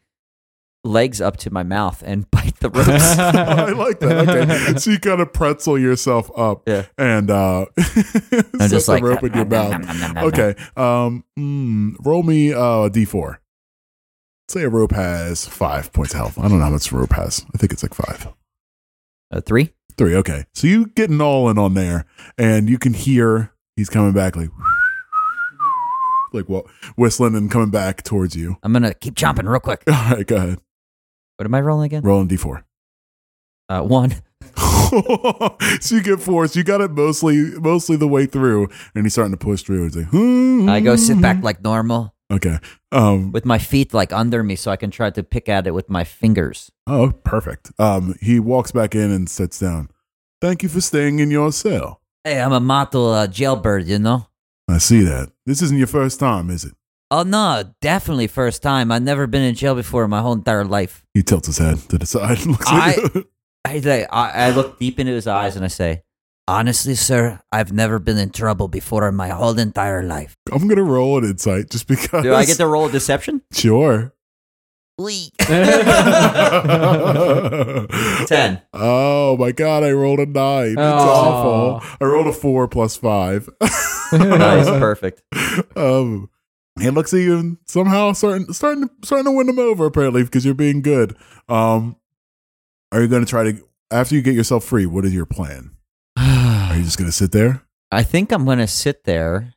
Speaker 6: legs up to my mouth and bite the ropes.
Speaker 1: I like that. Okay, so you kind of pretzel yourself up,
Speaker 6: Yeah.
Speaker 1: and uh,
Speaker 6: I'm
Speaker 1: set
Speaker 6: just
Speaker 1: the
Speaker 6: like
Speaker 1: rope in your mouth. Okay. Um, mm, roll me uh, a d4. Say a rope has five points of health. I don't know how much rope has. I think it's like five.
Speaker 6: Uh, three.
Speaker 1: Three. Okay. So you getting all in on there, and you can hear he's coming back like, like what whistling and coming back towards you.
Speaker 4: I'm gonna keep chomping real quick.
Speaker 1: All right. Go ahead.
Speaker 6: What am I rolling again?
Speaker 1: Rolling d4.
Speaker 6: Uh, one.
Speaker 1: so you get four. So you got it mostly, mostly the way through, and he's starting to push through. It's like, hmm.
Speaker 4: I go sit back like normal
Speaker 1: Okay. Um,
Speaker 4: with my feet like under me, so I can try to pick at it with my fingers.
Speaker 1: Oh, perfect. Um, he walks back in and sits down. Thank you for staying in your cell.
Speaker 4: Hey, I'm a model uh, jailbird, you know.
Speaker 1: I see that. This isn't your first time, is it?
Speaker 4: Oh no, definitely first time. I've never been in jail before in my whole entire life.
Speaker 1: He tilts his head to the side and looks
Speaker 6: I-
Speaker 1: at you.
Speaker 6: I, I, I look deep into his eyes and I say,
Speaker 4: Honestly, sir, I've never been in trouble before in my whole entire life.
Speaker 1: I'm gonna roll an insight just because.
Speaker 6: "Do I get to roll a deception?"
Speaker 1: Sure.
Speaker 4: Wee.
Speaker 6: Ten.
Speaker 1: Oh my god, I rolled a nine. It's
Speaker 3: Aw.
Speaker 1: awful. I rolled a four plus five.
Speaker 6: nice, perfect.
Speaker 1: um, it looks like you somehow starting starting to, starting to win them over apparently because you're being good. Um, are you going to try to after you get yourself free? What is your plan? Are you just going to sit there?
Speaker 6: I think I'm gonna sit there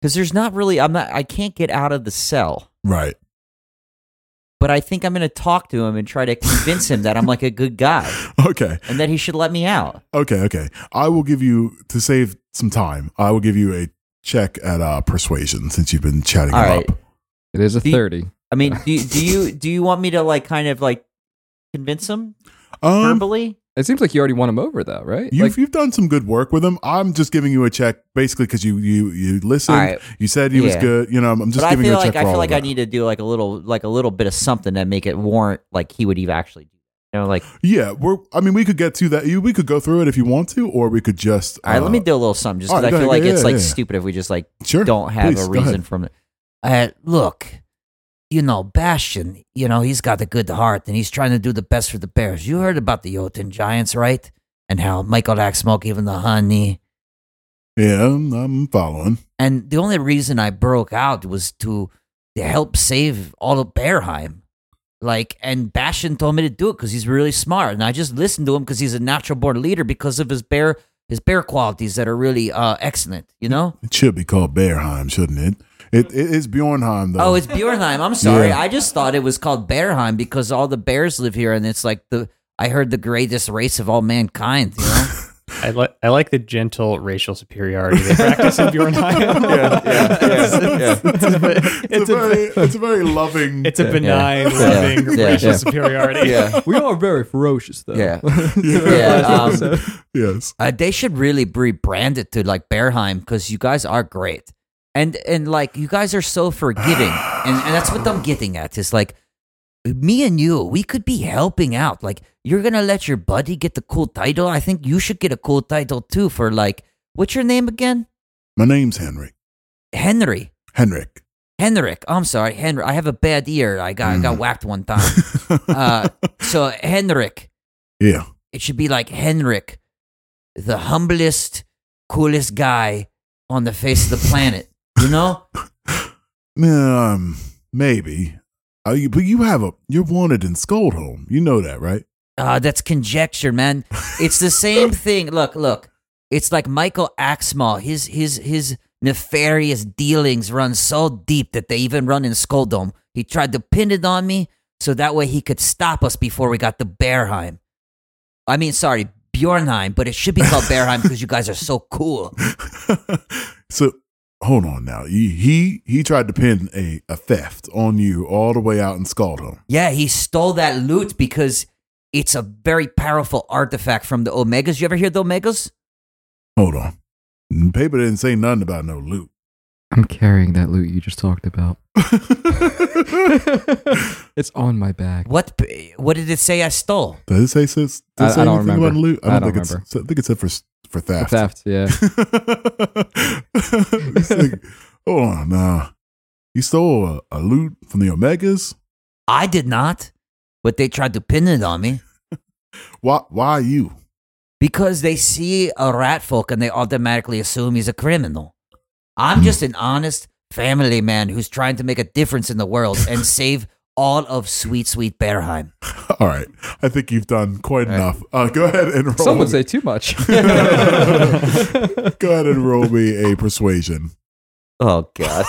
Speaker 6: because there's not really. I'm not. I can't get out of the cell.
Speaker 1: Right.
Speaker 6: But I think I'm gonna talk to him and try to convince him that I'm like a good guy
Speaker 1: Okay.
Speaker 6: and that he should let me out.
Speaker 1: Okay. Okay. I will give you to save some time. I will give you a check at uh, persuasion since you've been chatting
Speaker 6: All
Speaker 1: it
Speaker 6: right.
Speaker 1: up.
Speaker 3: It is a
Speaker 6: The-
Speaker 3: 30.
Speaker 6: I mean, do, do you do you want me to like kind of like convince him
Speaker 1: Um,
Speaker 6: verbally?
Speaker 3: It seems like you already won him over, though, right?
Speaker 1: You've,
Speaker 3: Like,
Speaker 1: you've done some good work with him. I'm just giving you a check basically because you you you listened.
Speaker 6: All right.
Speaker 1: You said he was
Speaker 6: Yeah.
Speaker 1: good. You know, I'm I'm just
Speaker 6: but I
Speaker 1: giving
Speaker 6: feel
Speaker 1: you a check
Speaker 6: like I
Speaker 1: for all
Speaker 6: feel
Speaker 1: of
Speaker 6: like I
Speaker 1: that.
Speaker 6: need to do like a little like a little bit of something to make it warrant like he would even actually do. You know, like
Speaker 1: Yeah, we're. I mean, we could get to that. You, we could go through it if you want to, or we could just.
Speaker 6: all right, let
Speaker 1: uh,
Speaker 6: me do a little something just
Speaker 1: all
Speaker 6: because
Speaker 1: right,
Speaker 6: I
Speaker 1: go
Speaker 6: feel
Speaker 1: ahead,
Speaker 6: like
Speaker 1: yeah,
Speaker 6: it's
Speaker 1: yeah,
Speaker 6: like
Speaker 1: yeah.
Speaker 6: stupid if we just like
Speaker 1: uh, Sure,
Speaker 6: don't have
Speaker 1: please,
Speaker 6: a
Speaker 1: go
Speaker 6: reason
Speaker 1: ahead.
Speaker 6: from it.
Speaker 4: Uh, look, you know, Bastion, you know, he's got a good heart and he's trying to do the best for the Bears. You heard about the Jotun Giants, right? And how Michael Axmo gave him the honey.
Speaker 1: Yeah, I'm, I'm following.
Speaker 4: And the only reason I broke out was to, to help save all of Bearheim. Like, and Bastion told me to do it because he's really smart. And I just listened to him because he's a natural born leader because of his bear his bear qualities that are really uh, excellent, you know?
Speaker 1: It should be called Bearheim, shouldn't it? It, it is Bjornheim though.
Speaker 4: Oh, it's Bjornheim. I'm sorry.
Speaker 1: Yeah.
Speaker 4: I just thought it was called Bearheim because all the bears live here, and it's like the I heard the greatest race of all mankind. You know,
Speaker 5: I, li- I like the gentle racial superiority they practice in Bjornheim.
Speaker 6: Yeah, yeah, yeah, yeah.
Speaker 1: it's, a, very, it's a very loving.
Speaker 5: It's a benign,
Speaker 6: Yeah.
Speaker 5: loving
Speaker 6: Yeah.
Speaker 5: racial
Speaker 6: Yeah.
Speaker 5: superiority.
Speaker 6: Yeah,
Speaker 3: we are very ferocious, though.
Speaker 6: yeah.
Speaker 1: yeah.
Speaker 6: um,
Speaker 1: yes.
Speaker 4: uh, they should really rebrand it to like Bearheim because you guys are great, and and like you guys are so forgiving, and and that's what I'm getting at. Is like me and you, we could be helping out. Like you're gonna let your buddy get the cool title. I think you should get a cool title too for like what's your name again,
Speaker 1: My name's Henrik.
Speaker 4: Henry.
Speaker 1: Henrik.
Speaker 4: Henrik. I'm sorry, Henrik. I have a bad ear. I got I got whacked one time. Uh, so Henrik,
Speaker 1: yeah.
Speaker 4: it should be like Henrik, the humblest, coolest guy on the face of the planet. You know?
Speaker 1: Um. Maybe. Uh, you, but you have a. You're wanted in Skoldholm. You know that, right?
Speaker 4: Uh, that's conjecture, man. It's the same thing. Look, look. It's like Michael Axmal. His his his nefarious dealings run so deep that they even run in Skoldom. He tried to pin it on me so that way he could stop us before we got to Bearheim. I mean, sorry, Bjornheim, but it should be called Bearheim because you guys are so cool.
Speaker 1: so hold on now. He he, he tried to pin a, a theft on you all the way out in Skaldholm.
Speaker 4: Yeah, he stole that loot because it's a very powerful artifact from the Omegas. You ever hear the Omegas?
Speaker 1: Hold on. The paper didn't say nothing about no loot.
Speaker 3: I'm carrying that loot you just talked about. it's on my back.
Speaker 4: What what did it say I stole?
Speaker 1: Does it say says
Speaker 3: I-
Speaker 1: does it say
Speaker 3: I don't
Speaker 1: anything
Speaker 3: remember.
Speaker 1: about loot?
Speaker 3: I don't
Speaker 1: think it's I think it said for s- for theft.
Speaker 3: Theft, yeah.
Speaker 1: It's like, hold on now. You stole a, a loot from the Omegas?
Speaker 4: I did not, but they tried to pin it on me
Speaker 1: Why why you?
Speaker 4: because they see a rat folk and they automatically assume he's a criminal. I'm just an honest family man who's trying to make a difference in the world and save all of sweet, sweet Bearheim.
Speaker 1: All right. I think you've done quite
Speaker 6: All right.
Speaker 1: enough. Uh, go ahead and roll.
Speaker 3: Some would say too much.
Speaker 1: go ahead and roll me a persuasion.
Speaker 6: Oh god.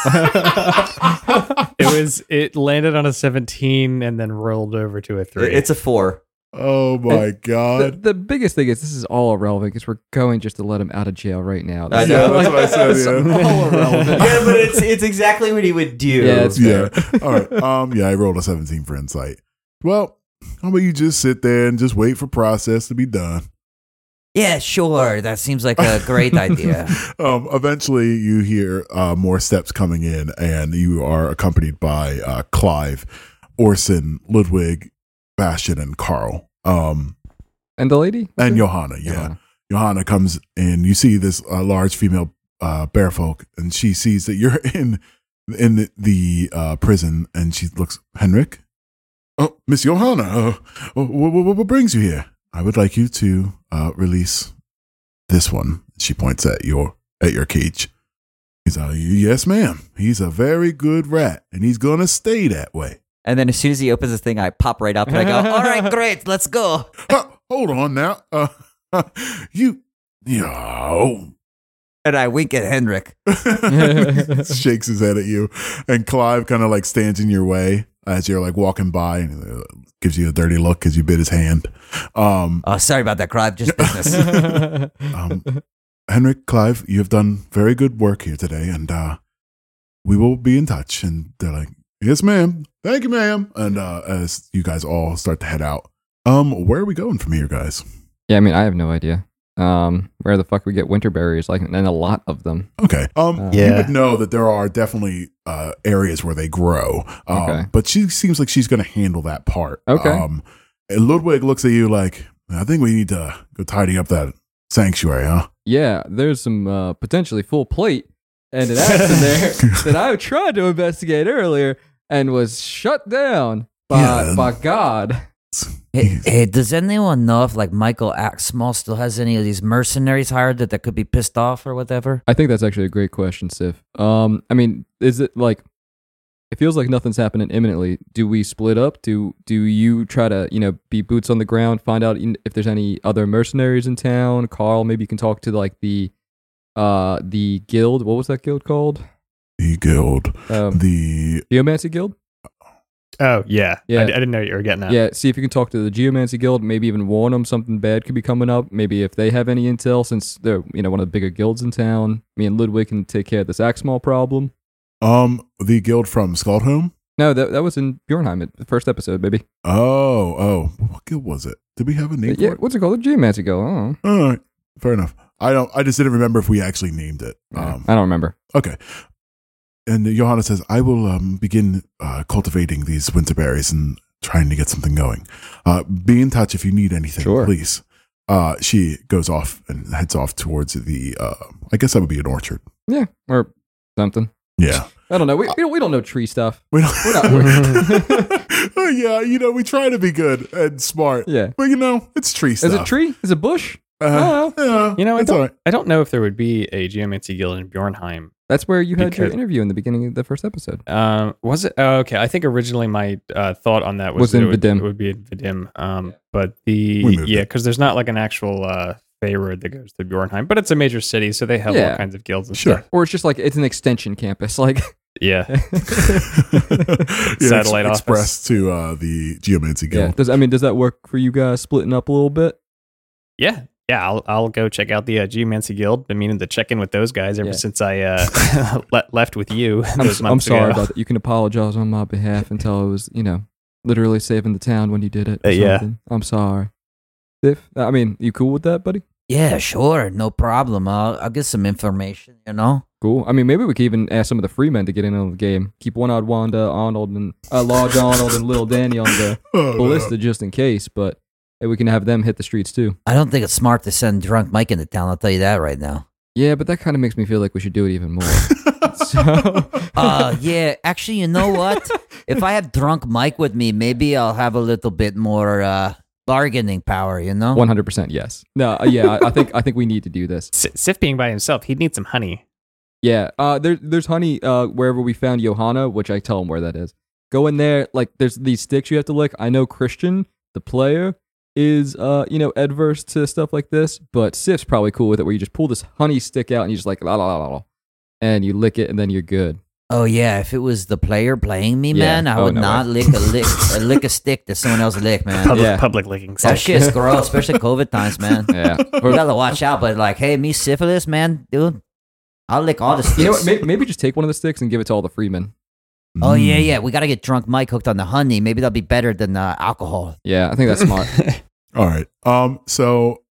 Speaker 5: It was it landed on a 17 and then rolled over to a 3.
Speaker 6: It's a four.
Speaker 1: Oh my
Speaker 3: the,
Speaker 1: god.
Speaker 3: the biggest thing is this is all irrelevant because we're going just to let him out of jail right now.
Speaker 6: I
Speaker 1: yeah,
Speaker 6: know.
Speaker 1: that's what I said.
Speaker 3: It's
Speaker 1: yeah.
Speaker 3: all irrelevant.
Speaker 6: yeah, but it's it's exactly what he would do.
Speaker 3: Yeah, it's
Speaker 1: Yeah.
Speaker 3: fair.
Speaker 1: All right. Um. Yeah, I rolled a 17 for insight. Well, how about you just sit there and just wait for process to be done?
Speaker 4: Yeah, sure. That seems like a great idea.
Speaker 1: Um. Eventually, you hear uh, more steps coming in, and you are accompanied by uh, Clive, Orson, Ludwig, Bastion, and Carl. Um.
Speaker 3: And the lady?
Speaker 1: And Johanna. yeah. Johanna comes in. You see this uh, large female uh, bear folk, and she sees that you're in in the, the uh, prison, and she looks Henrik. oh, Miss Johanna, uh, what, what, what brings you here? I would like you to uh, release this one. She points at your at your cage. He's like, yes, ma'am. He's a very good rat, and he's gonna stay that way.
Speaker 6: And then as soon as he opens this thing, I pop right up and I go, "All right, great, let's go."
Speaker 1: Huh, hold on now. Uh, you, yo.
Speaker 6: And I wink at Henrik.
Speaker 1: shakes his head at you, and Clive kind of like stands in your way as you're like walking by and uh, gives you a dirty look because you bit his hand. Um,
Speaker 6: Oh, sorry about that, Clive. Just business.
Speaker 1: um, Henrik, Clive, you have done very good work here today, and uh, we will be in touch. And they're like, "Yes, ma'am. Thank you, ma'am." And uh, as you guys all start to head out, um, where are we going from here, guys?
Speaker 3: Yeah, I mean, I have no idea. Um, where the fuck we get winter berries? Like, and a lot of them.
Speaker 1: Okay. Um,
Speaker 3: Uh,
Speaker 1: you
Speaker 5: yeah.
Speaker 1: would know that there are definitely uh, areas where they grow. Um,
Speaker 3: Okay.
Speaker 1: But she seems like she's going to handle that part.
Speaker 3: Okay.
Speaker 1: Um, and Ludwig looks at you like, I think we need to go tidy up that sanctuary, huh?
Speaker 3: Yeah, there's some uh, potentially full plate and an axe in there that I tried to investigate earlier and was shut down by
Speaker 1: Yeah.
Speaker 3: by God.
Speaker 4: Hey, hey, does anyone know if like Michael Axmall still has any of these mercenaries hired that, that could be pissed off or whatever?
Speaker 3: I think that's actually a great question, Sif. Um, I mean, is it like it feels like nothing's happening imminently? Do we split up? Do do you try to you know be boots on the ground, find out in- if there's any other mercenaries in town? Carl, maybe you can talk to like the uh the guild. What was that guild called?
Speaker 1: The guild,
Speaker 3: Um,
Speaker 1: the
Speaker 3: Geomancy Guild.
Speaker 5: Oh yeah,
Speaker 3: Yeah.
Speaker 5: I, I didn't know you were getting that.
Speaker 3: Yeah, see if you can talk to the Geomancy Guild. Maybe even warn them something bad could be coming up. Maybe if they have any intel, since they're you know one of the bigger guilds in town. Me and Ludwig can take care of this Axmal problem.
Speaker 1: um the guild from Skaldholm.
Speaker 3: No, that that was in Bjornheim, at the first episode, baby.
Speaker 1: Oh, oh, what guild was it? Did we have a name?
Speaker 3: Yeah,
Speaker 1: For it?
Speaker 3: what's it called? The Geomancy Guild. I don't, know.
Speaker 1: All right, fair enough. I don't. I just didn't remember if we actually named it.
Speaker 3: Yeah,
Speaker 1: Um,
Speaker 3: I don't remember.
Speaker 1: Okay. And Johanna says, I will um, begin uh, cultivating these winter berries and trying to get something going. Uh, be in touch if you need anything,
Speaker 3: Sure.
Speaker 1: please. Uh, she goes off and heads off towards the, uh, I guess that would be an orchard.
Speaker 3: Yeah, or something.
Speaker 1: Yeah.
Speaker 3: I don't know. We, we, don't, we don't know tree stuff.
Speaker 1: We don't,
Speaker 3: We're not working.
Speaker 1: Oh, yeah, you know, we try to be good and smart.
Speaker 3: yeah.
Speaker 1: But, you know, it's tree stuff.
Speaker 3: Is it a tree? Is it a bush?
Speaker 1: Uh,
Speaker 3: Oh.
Speaker 1: yeah,
Speaker 5: You know, I
Speaker 1: it's all
Speaker 5: don't,
Speaker 1: right.
Speaker 5: I don't know if there would be a geomancy guild in Bjornheim.
Speaker 3: That's where you had your
Speaker 5: Because-
Speaker 3: interview in the beginning of the first episode.
Speaker 5: Um, was it? Oh, okay, I think originally my uh, thought on that was,
Speaker 3: Was
Speaker 5: that
Speaker 3: in
Speaker 5: it would,
Speaker 3: Vidim.
Speaker 5: It would be in Vidim. Um, but the
Speaker 1: We moved
Speaker 5: yeah,
Speaker 1: it.
Speaker 5: because there's not like an actual uh, Fey road that goes through Bjornheim, but it's a major city, so they have
Speaker 3: Yeah.
Speaker 5: all kinds of guilds and
Speaker 1: Sure.
Speaker 5: stuff.
Speaker 3: Or it's just like it's an extension campus. Like,
Speaker 5: Yeah,
Speaker 1: Yeah, ex-
Speaker 5: Satellite office.
Speaker 1: express to uh, the geomancy
Speaker 3: yeah.
Speaker 1: guild.
Speaker 3: Does I mean, does that work for you guys? Splitting up a little bit.
Speaker 5: yeah, yeah. I'll I'll go check out the uh, geomancy guild. Been meaning to check in with those guys ever
Speaker 3: Yeah.
Speaker 5: since I uh, le- left with you.
Speaker 3: I'm,
Speaker 5: Those
Speaker 3: s- I'm
Speaker 5: months
Speaker 3: sorry
Speaker 5: ago.
Speaker 3: about that. You can apologize on my behalf until it was, you know, literally saving the town when you did it. or
Speaker 5: Uh, yeah.
Speaker 3: something. I'm sorry. If I mean, you cool with that, buddy?
Speaker 4: Yeah, sure, no problem. I'll, I'll get some information, you know?
Speaker 3: Cool. I mean, maybe we could even ask some of the free men to get in on the game. Keep one-eyed Wanda, Arnold, and uh, Large Arnold and Little Danny on the
Speaker 1: Oh, no.
Speaker 3: ballista just in case. But hey, we can have them hit the streets too.
Speaker 4: I don't think it's smart to send drunk Mike into town, I'll tell you that right now.
Speaker 3: Yeah, but that kind of makes me feel like we should do it even more. so,
Speaker 4: Uh, yeah, actually, you know what? if I have drunk Mike with me, maybe I'll have a little bit more uh, bargaining power, you know?
Speaker 3: one hundred percent yes. No, uh, yeah, I, I think I think we need to do this.
Speaker 5: S- Sif being by himself, he'd need some honey.
Speaker 3: Yeah, uh, there, there's honey uh, wherever we found Johanna, which I tell him where that is. Go in there, like there's these sticks you have to lick. I know Christian, the player, is uh, you know adverse to stuff like this, but Sif's probably cool with it. Where you just pull this honey stick out and you just like la la la la, la, and you lick it, and then you're good.
Speaker 4: Oh yeah, if it was the player playing me,
Speaker 3: Yeah.
Speaker 4: man, I
Speaker 3: Oh,
Speaker 4: would
Speaker 3: no
Speaker 4: not lick a lick a lick a stick that someone else licked, man.
Speaker 5: Public
Speaker 3: Yeah. Oh,
Speaker 5: public licking.
Speaker 4: That
Speaker 5: session.
Speaker 4: shit's gross, especially COVID times, man.
Speaker 3: Yeah,
Speaker 4: You
Speaker 3: or,
Speaker 4: gotta watch out. But like, hey, me syphilis, man, dude, I'll lick all the sticks.
Speaker 3: you know what? Maybe, maybe just take one of the sticks and give it to all the freemen.
Speaker 4: oh yeah, yeah, we gotta get drunk Mike hooked on the honey. Maybe that'll be better than uh, alcohol.
Speaker 3: Yeah, I think that's smart.
Speaker 1: All right. Um. So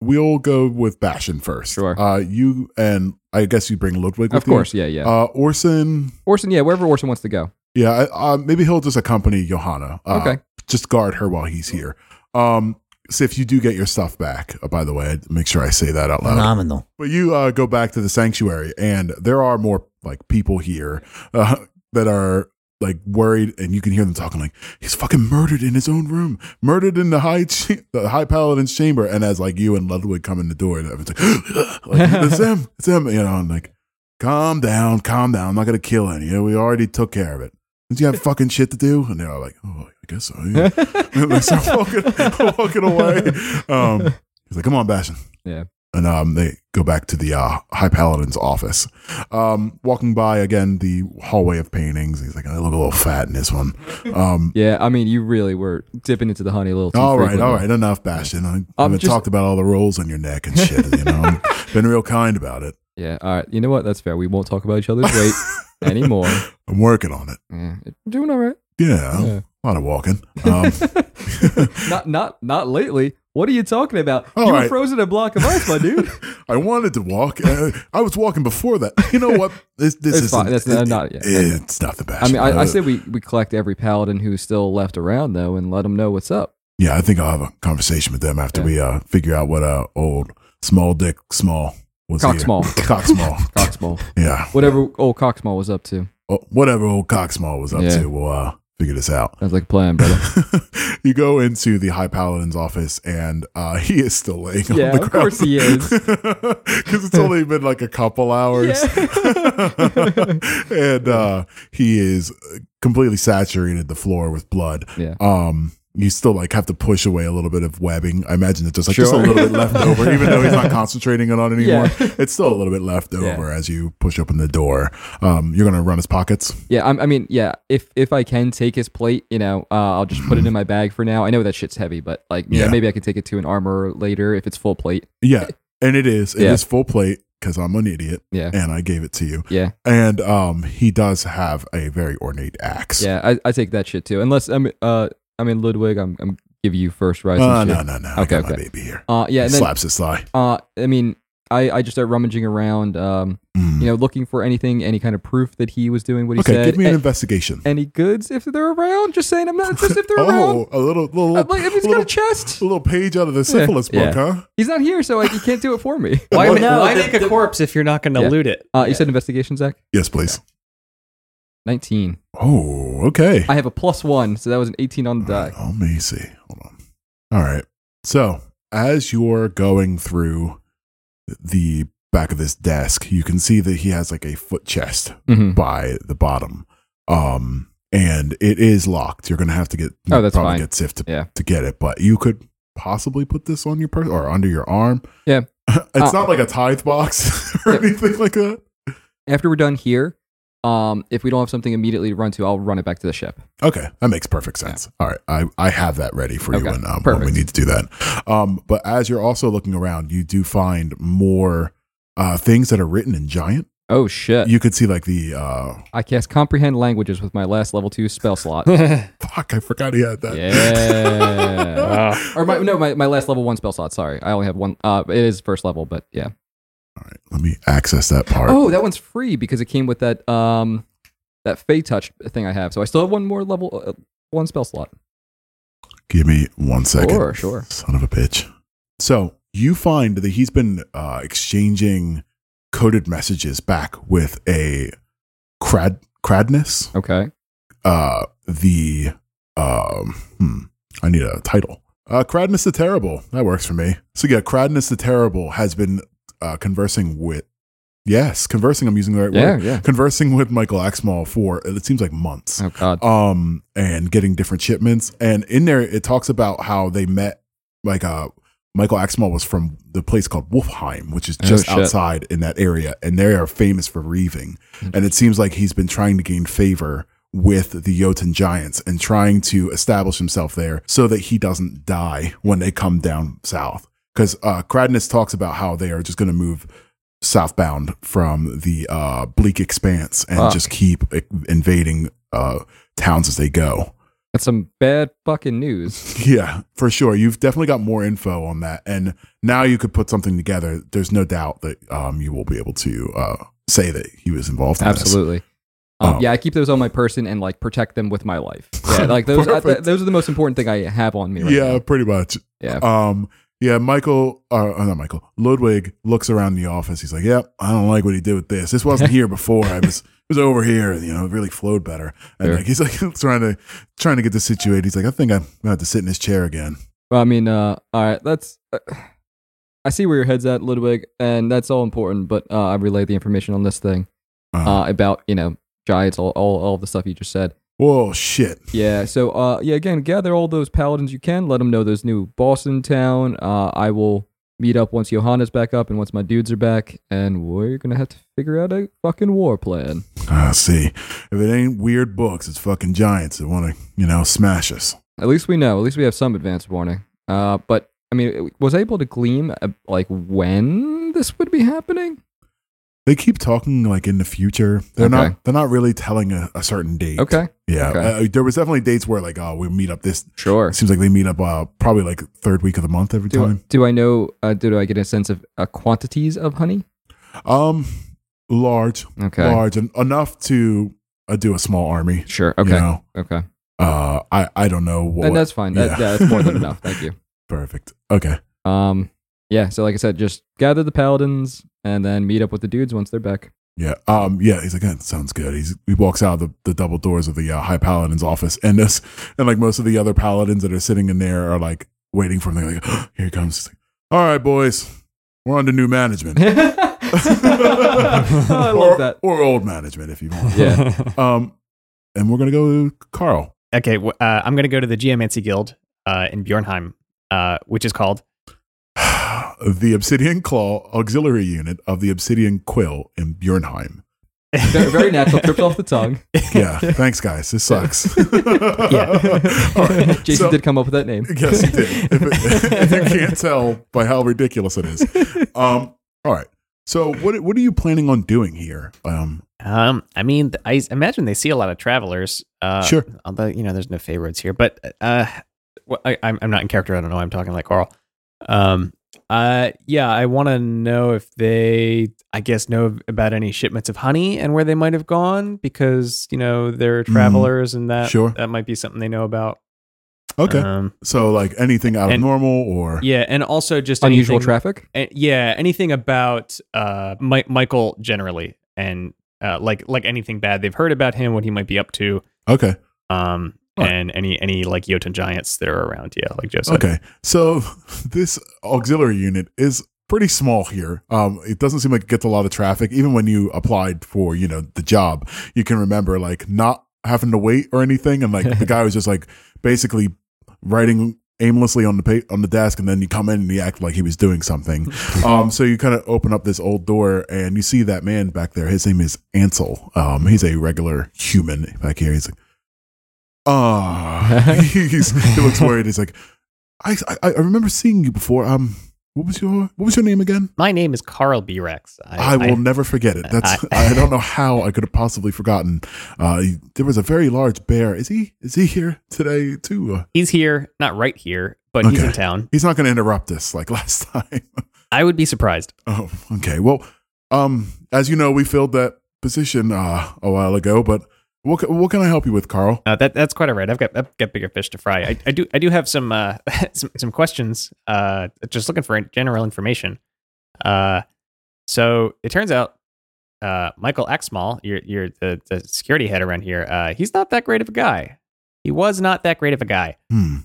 Speaker 1: we'll go with Bashan first.
Speaker 3: Sure.
Speaker 1: Uh. You and I guess you bring Ludwig.
Speaker 3: of
Speaker 1: with you.
Speaker 3: course, yeah, yeah.
Speaker 1: Uh. Orson.
Speaker 3: Orson, yeah, wherever Orson wants to go.
Speaker 1: Yeah. I- Uh, maybe he'll just accompany Johanna. Uh,
Speaker 3: Okay.
Speaker 1: Just guard her while he's here. Um. So if you do get your stuff back, uh, by the way, I'd make sure I say that out loud.
Speaker 4: Phenomenal.
Speaker 1: But you uh, go back to the sanctuary, and there are more like people here uh, that are like worried, and you can hear them talking like he's fucking murdered in his own room, murdered in the high cha- the high paladin's chamber. And as like you and Ludwig come in the door, and everyone's like, like, it's him, it's him, you know, and like calm down, calm down. I'm not gonna kill any. You know, we already took care of it. Did you have fucking shit to do? And they're all like, oh, I guess so. Yeah. and they start walking, walking away. Um, he's like, come on, Bastion.
Speaker 3: Yeah.
Speaker 1: And um, they go back to the uh, High Paladin's office. Um, walking by again the hallway of paintings. He's like, I look a little fat in this one. Um,
Speaker 3: Yeah, I mean, you really were dipping into the honey a little too
Speaker 1: all right,
Speaker 3: frequently.
Speaker 1: all right, enough, Bastion. I haven't
Speaker 3: just-
Speaker 1: talked about all the rolls on your neck and shit. You know, been real kind about it.
Speaker 3: Yeah, all right. You know what? That's fair. We won't talk about each other's weight anymore.
Speaker 1: I'm working on it.
Speaker 3: Yeah, doing all right.
Speaker 1: Yeah,
Speaker 3: Yeah.
Speaker 1: a lot of walking. Um,
Speaker 3: Not, not, not lately. What are you talking about?
Speaker 1: All
Speaker 3: you were
Speaker 1: right.
Speaker 3: frozen in a block of ice, my dude.
Speaker 1: I wanted to walk. Uh, I was walking before that. You know what? This this
Speaker 3: It's
Speaker 1: is
Speaker 3: fine. That's not- not- yeah.
Speaker 1: It's not the best.
Speaker 3: I mean, I, I
Speaker 1: Uh,
Speaker 3: say we, we collect every paladin who's still left around though, and let them know what's up.
Speaker 1: yeah. I think I'll have a conversation with them after
Speaker 3: Yeah.
Speaker 1: we uh, figure out what uh, old small dick small was.
Speaker 3: Cock
Speaker 1: here.
Speaker 3: small.
Speaker 1: cock small.
Speaker 3: Coxmall,
Speaker 1: Yeah,
Speaker 3: whatever old Coxmall was up to.
Speaker 1: Well, whatever old cock small was up
Speaker 3: Yeah.
Speaker 1: to. We'll uh, figure this out.
Speaker 3: Sounds like a plan, brother.
Speaker 1: you go into the High Paladin's office, and uh, he is still laying
Speaker 3: Yeah,
Speaker 1: on the ground.
Speaker 3: of course he is.
Speaker 1: because it's only been like a couple hours. and uh, he is completely saturated the floor with blood.
Speaker 3: Yeah.
Speaker 1: Um, you still like have to push away a little bit of webbing. I imagine it's just like just a
Speaker 3: Sure.
Speaker 1: little bit left over, even though he's not concentrating on it anymore. It's still a little bit left
Speaker 3: Yeah.
Speaker 1: over as you push open the door. Um, you're gonna run his pockets.
Speaker 3: Yeah, I'm, I mean, yeah. If if I can take his plate, you know, uh, I'll just put it in my bag for now. I know that shit's heavy, but like, you know,
Speaker 1: Yeah.
Speaker 3: maybe I can take it to an armor later if it's full plate.
Speaker 1: Yeah, and it is. It
Speaker 3: Yeah.
Speaker 1: is full plate because I'm an idiot
Speaker 3: Yeah.
Speaker 1: and I gave it to you.
Speaker 3: Yeah.
Speaker 1: And um, he does have a very ornate axe.
Speaker 3: Yeah, I, I take that shit too. Unless I'm, uh, I mean, Ludwig, I'm, I'm give you first rights.
Speaker 1: Uh,
Speaker 3: and
Speaker 1: no,
Speaker 3: shit.
Speaker 1: no, no. I
Speaker 3: Okay,
Speaker 1: got my
Speaker 3: okay.
Speaker 1: baby here.
Speaker 3: Uh, yeah,
Speaker 1: He
Speaker 3: and then,
Speaker 1: slaps his thigh.
Speaker 3: uh, I mean, I, I just start rummaging around, um,
Speaker 1: Mm.
Speaker 3: you know, looking for anything, any kind of proof that he was doing what he
Speaker 1: okay,
Speaker 3: said.
Speaker 1: give me an
Speaker 3: A-
Speaker 1: investigation.
Speaker 3: any goods if they're around? Just saying, I'm not just if they're around.
Speaker 1: oh, a little, little,
Speaker 3: I'm like, if he's got
Speaker 1: little,
Speaker 3: a chest,
Speaker 1: little page out of the syphilis
Speaker 3: Yeah.
Speaker 1: book, huh?
Speaker 3: he's not here, so like, he can't do it for me.
Speaker 5: Why,
Speaker 6: Well,
Speaker 5: ma-
Speaker 6: no,
Speaker 5: why
Speaker 6: the-
Speaker 5: make a
Speaker 6: the-
Speaker 5: corpse if you're not going to
Speaker 3: Yeah.
Speaker 5: loot it?
Speaker 3: Uh, you said investigation, Zach.
Speaker 1: Yes, please.
Speaker 3: 19.
Speaker 1: Oh, okay.
Speaker 3: I have a plus one, so that was an 18 on the
Speaker 1: All right,
Speaker 3: die.
Speaker 1: Let me see. Hold on. All right. So as you're going through the back of this desk, you can see that he has like a foot chest
Speaker 3: Mm-hmm.
Speaker 1: by the bottom. Um, and it is locked. You're gonna have to get
Speaker 3: Oh, that's
Speaker 1: probably
Speaker 3: fine.
Speaker 1: get Sif to,
Speaker 3: Yeah.
Speaker 1: to get it, but you could possibly put this on your person or under your arm.
Speaker 3: Yeah.
Speaker 1: it's
Speaker 3: Uh,
Speaker 1: not like a tithe box or
Speaker 3: Yeah.
Speaker 1: anything like that.
Speaker 3: After we're done here, um, if we don't have something immediately to run to, I'll run it back to the ship.
Speaker 1: Okay, that makes perfect sense. All right, I, I have that ready for you
Speaker 3: Okay,
Speaker 1: when, um, when
Speaker 3: perfect.
Speaker 1: we need to do that. Um, but as you're also looking around, you do find more uh, things that are written in giant.
Speaker 3: Oh, shit.
Speaker 1: You could see like the uh,
Speaker 3: I cast comprehend languages with my last level two spell slot.
Speaker 1: fuck. I forgot he had that.
Speaker 3: yeah.
Speaker 5: Uh,
Speaker 3: or my, no, my, my last level one spell slot. Sorry. I only have one. Uh, it is first level, but yeah.
Speaker 1: All right, let me access that part.
Speaker 3: Oh, that one's free because it came with that um that Fey Touch thing I have. So I still have one more level, uh, one spell slot.
Speaker 1: Give me one second.
Speaker 3: Sure, sure.
Speaker 1: Son of a bitch. So you find that he's been uh, exchanging coded messages back with a crad cradness.
Speaker 3: Okay.
Speaker 1: uh the um hmm, I need a title. Uh Cradness the Terrible. That works for me. So yeah, Cradness the Terrible has been uh conversing with yes, conversing I'm using the right
Speaker 3: Yeah,
Speaker 1: word.
Speaker 3: yeah.
Speaker 1: Conversing with Michael Axmall for it seems like months.
Speaker 3: Oh, God.
Speaker 1: Um and getting different shipments. And in there it talks about how they met like uh Michael Axmall was from the place called Wolfheim, which is
Speaker 3: Oh,
Speaker 1: just
Speaker 3: shit.
Speaker 1: outside in that area, and they are famous for reaving.
Speaker 3: Hmm.
Speaker 1: And it seems like he's been trying to gain favor with the Jotun giants and trying to establish himself there so that he doesn't die when they come down south. Because uh, Cradness talks about how they are just going to move southbound from the uh, bleak expanse and
Speaker 3: Fuck.
Speaker 1: just keep uh, invading uh, towns as they go.
Speaker 3: That's some bad fucking news.
Speaker 1: Yeah, for sure. You've definitely got more info on that, and now you could put something together. There's no doubt that um, you will be able to uh, say that he was involved. In this.
Speaker 3: Absolutely. Um,
Speaker 1: Oh.
Speaker 3: Yeah, I keep those on my person and like protect them with my life. Yeah, like those. I, th-
Speaker 1: Perfect.
Speaker 3: those are the most important thing I have on me. Right
Speaker 1: yeah,
Speaker 3: now.
Speaker 1: pretty much.
Speaker 3: Yeah.
Speaker 1: Um, Yeah, Michael, uh, uh, not Michael, Ludwig looks around the office. He's like, yep, I don't like what he did with this. This wasn't here before. I was, it was over here, and, you know, it really flowed better. And
Speaker 3: Sure.
Speaker 1: like, he's like, trying to, trying to get this situated. He's like, I think I'm going to have to sit in this chair again.
Speaker 3: Well, I mean, uh, all right, that's. Uh, I see where your head's at, Ludwig, and that's all important. But uh, I relayed the information on this thing
Speaker 1: Uh,
Speaker 3: uh, about you know giants, all, all all of the stuff you just said.
Speaker 1: Whoa, shit.
Speaker 3: Yeah. So, uh, yeah, again, gather all those paladins you can. Let them know there's new Boston town. Uh, I will meet up once Johanna's back up and once my dudes are back, and we're gonna have to figure out a fucking war plan.
Speaker 1: I Ah, see. If it ain't weird books, it's fucking giants that want to, you know, smash us.
Speaker 3: At least we know. At least we have some advance warning. Uh, but I mean, was I able to glean uh, like when this would be happening.
Speaker 1: They keep talking like in the future. They're
Speaker 3: Okay.
Speaker 1: not. They're not really telling a, a certain date.
Speaker 3: Okay.
Speaker 1: Yeah.
Speaker 3: Okay.
Speaker 1: Uh, there was definitely dates where like, oh, we meet up this.
Speaker 3: Sure.
Speaker 1: It seems like they meet up uh, probably like third week of the month every
Speaker 3: Do I,
Speaker 1: time.
Speaker 3: do I know? Uh, do I get a sense of uh, quantities of honey?
Speaker 1: Um, large,
Speaker 3: Okay.
Speaker 1: large, and enough to uh, do a small army.
Speaker 3: Sure.
Speaker 1: you
Speaker 3: Okay.
Speaker 1: know?
Speaker 3: Okay.
Speaker 1: Uh, I I don't know what.
Speaker 3: And that's fine. That,
Speaker 1: Yeah.
Speaker 3: yeah, that's more than enough. Thank you.
Speaker 1: Perfect. Okay.
Speaker 3: Um, yeah. So, like I said, just gather the paladins and then meet up with the dudes once they're back.
Speaker 1: Yeah. Um. Yeah. He's like, that sounds good. He's he walks out of the, the double doors of the uh, high paladin's office, and this and like most of the other paladins that are sitting in there are like waiting for him. They're like, here he comes. He's like, All right, boys, we're on to new management.
Speaker 3: Oh, I
Speaker 1: or,
Speaker 3: love that.
Speaker 1: Or old management, if you want.
Speaker 3: Yeah.
Speaker 1: Um. And we're gonna go to Carl.
Speaker 5: Okay, w- uh, I'm going to go to the Geomancy Guild uh, in Bjornheim, uh, which is called
Speaker 1: the Obsidian Claw Auxiliary Unit of the Obsidian Quill in Bjornheim.
Speaker 3: Very, very natural. Trips off the tongue.
Speaker 1: Yeah. thanks, guys. This sucks.
Speaker 5: Yeah.
Speaker 1: All right.
Speaker 3: Jason
Speaker 1: So-
Speaker 3: did come up with that name.
Speaker 1: Yes, he did. If, it, if you can't tell by how ridiculous it is. Um, all right. So, what what are you planning on doing here? Um,
Speaker 5: Um, I mean, th- I s- imagine they see a lot of travelers. Uh,
Speaker 1: Sure.
Speaker 5: Although you know, there's no favorites here, but uh, well, I, I'm I'm not in character. I don't know. why I'm talking like Carl. Um. Uh. Yeah. I want to know if they, I guess, know about any shipments of honey and where they might have gone because you know they're travelers and that
Speaker 1: Mm-hmm. Sure.
Speaker 5: that might be something they know about.
Speaker 1: okay.
Speaker 5: Um,
Speaker 1: so, like anything out of
Speaker 5: and-
Speaker 1: normal, or
Speaker 5: yeah, and also just
Speaker 3: Unusual
Speaker 5: anything-
Speaker 3: traffic.
Speaker 5: a- yeah, anything about uh Mi- Michael generally and uh, like like anything bad they've heard about him, what he might be up to,
Speaker 1: okay,
Speaker 5: um,
Speaker 1: Right.
Speaker 5: and any any like Jotun giants that are around. Yeah, like Joe said.
Speaker 1: okay. So, this auxiliary unit is pretty small here. Um, it doesn't seem like it gets a lot of traffic. Even when you applied for, you know, the job, you can remember like not having to wait or anything, and like the guy was just like basically writing aimlessly on the pa- on the desk and then you come in and you act like he was doing something um so you kind of open up this old door and you see that man back there his name is ansel um he's a regular human back here he's like ah he's he looks worried he's like I, I i remember seeing you before um what was your what was your name again
Speaker 5: My name is Carl B. Rex.
Speaker 1: I, will never forget it. That's I,
Speaker 5: I-
Speaker 1: don't know how I could have possibly forgotten. Uh, there was a very large bear. Is he is he here today too? Uh,
Speaker 5: He's here, not right here, but he's
Speaker 1: Okay.
Speaker 5: in town.
Speaker 1: he's not going to interrupt us like last time.
Speaker 5: I would be surprised.
Speaker 1: Oh, okay. Well, um, as you know, we filled that position uh, a while ago, but what ca- what can I help you with, Carl?
Speaker 5: Uh, that that's quite all right. I've got I've got bigger fish to fry. I, I do I do have some uh some, some questions. Uh, just looking for general information. Uh, so it turns out, uh, Michael Axmall, you're you're the, the security head around here. Uh, he's not that great of a guy. He was not that great of a guy.
Speaker 1: Hmm,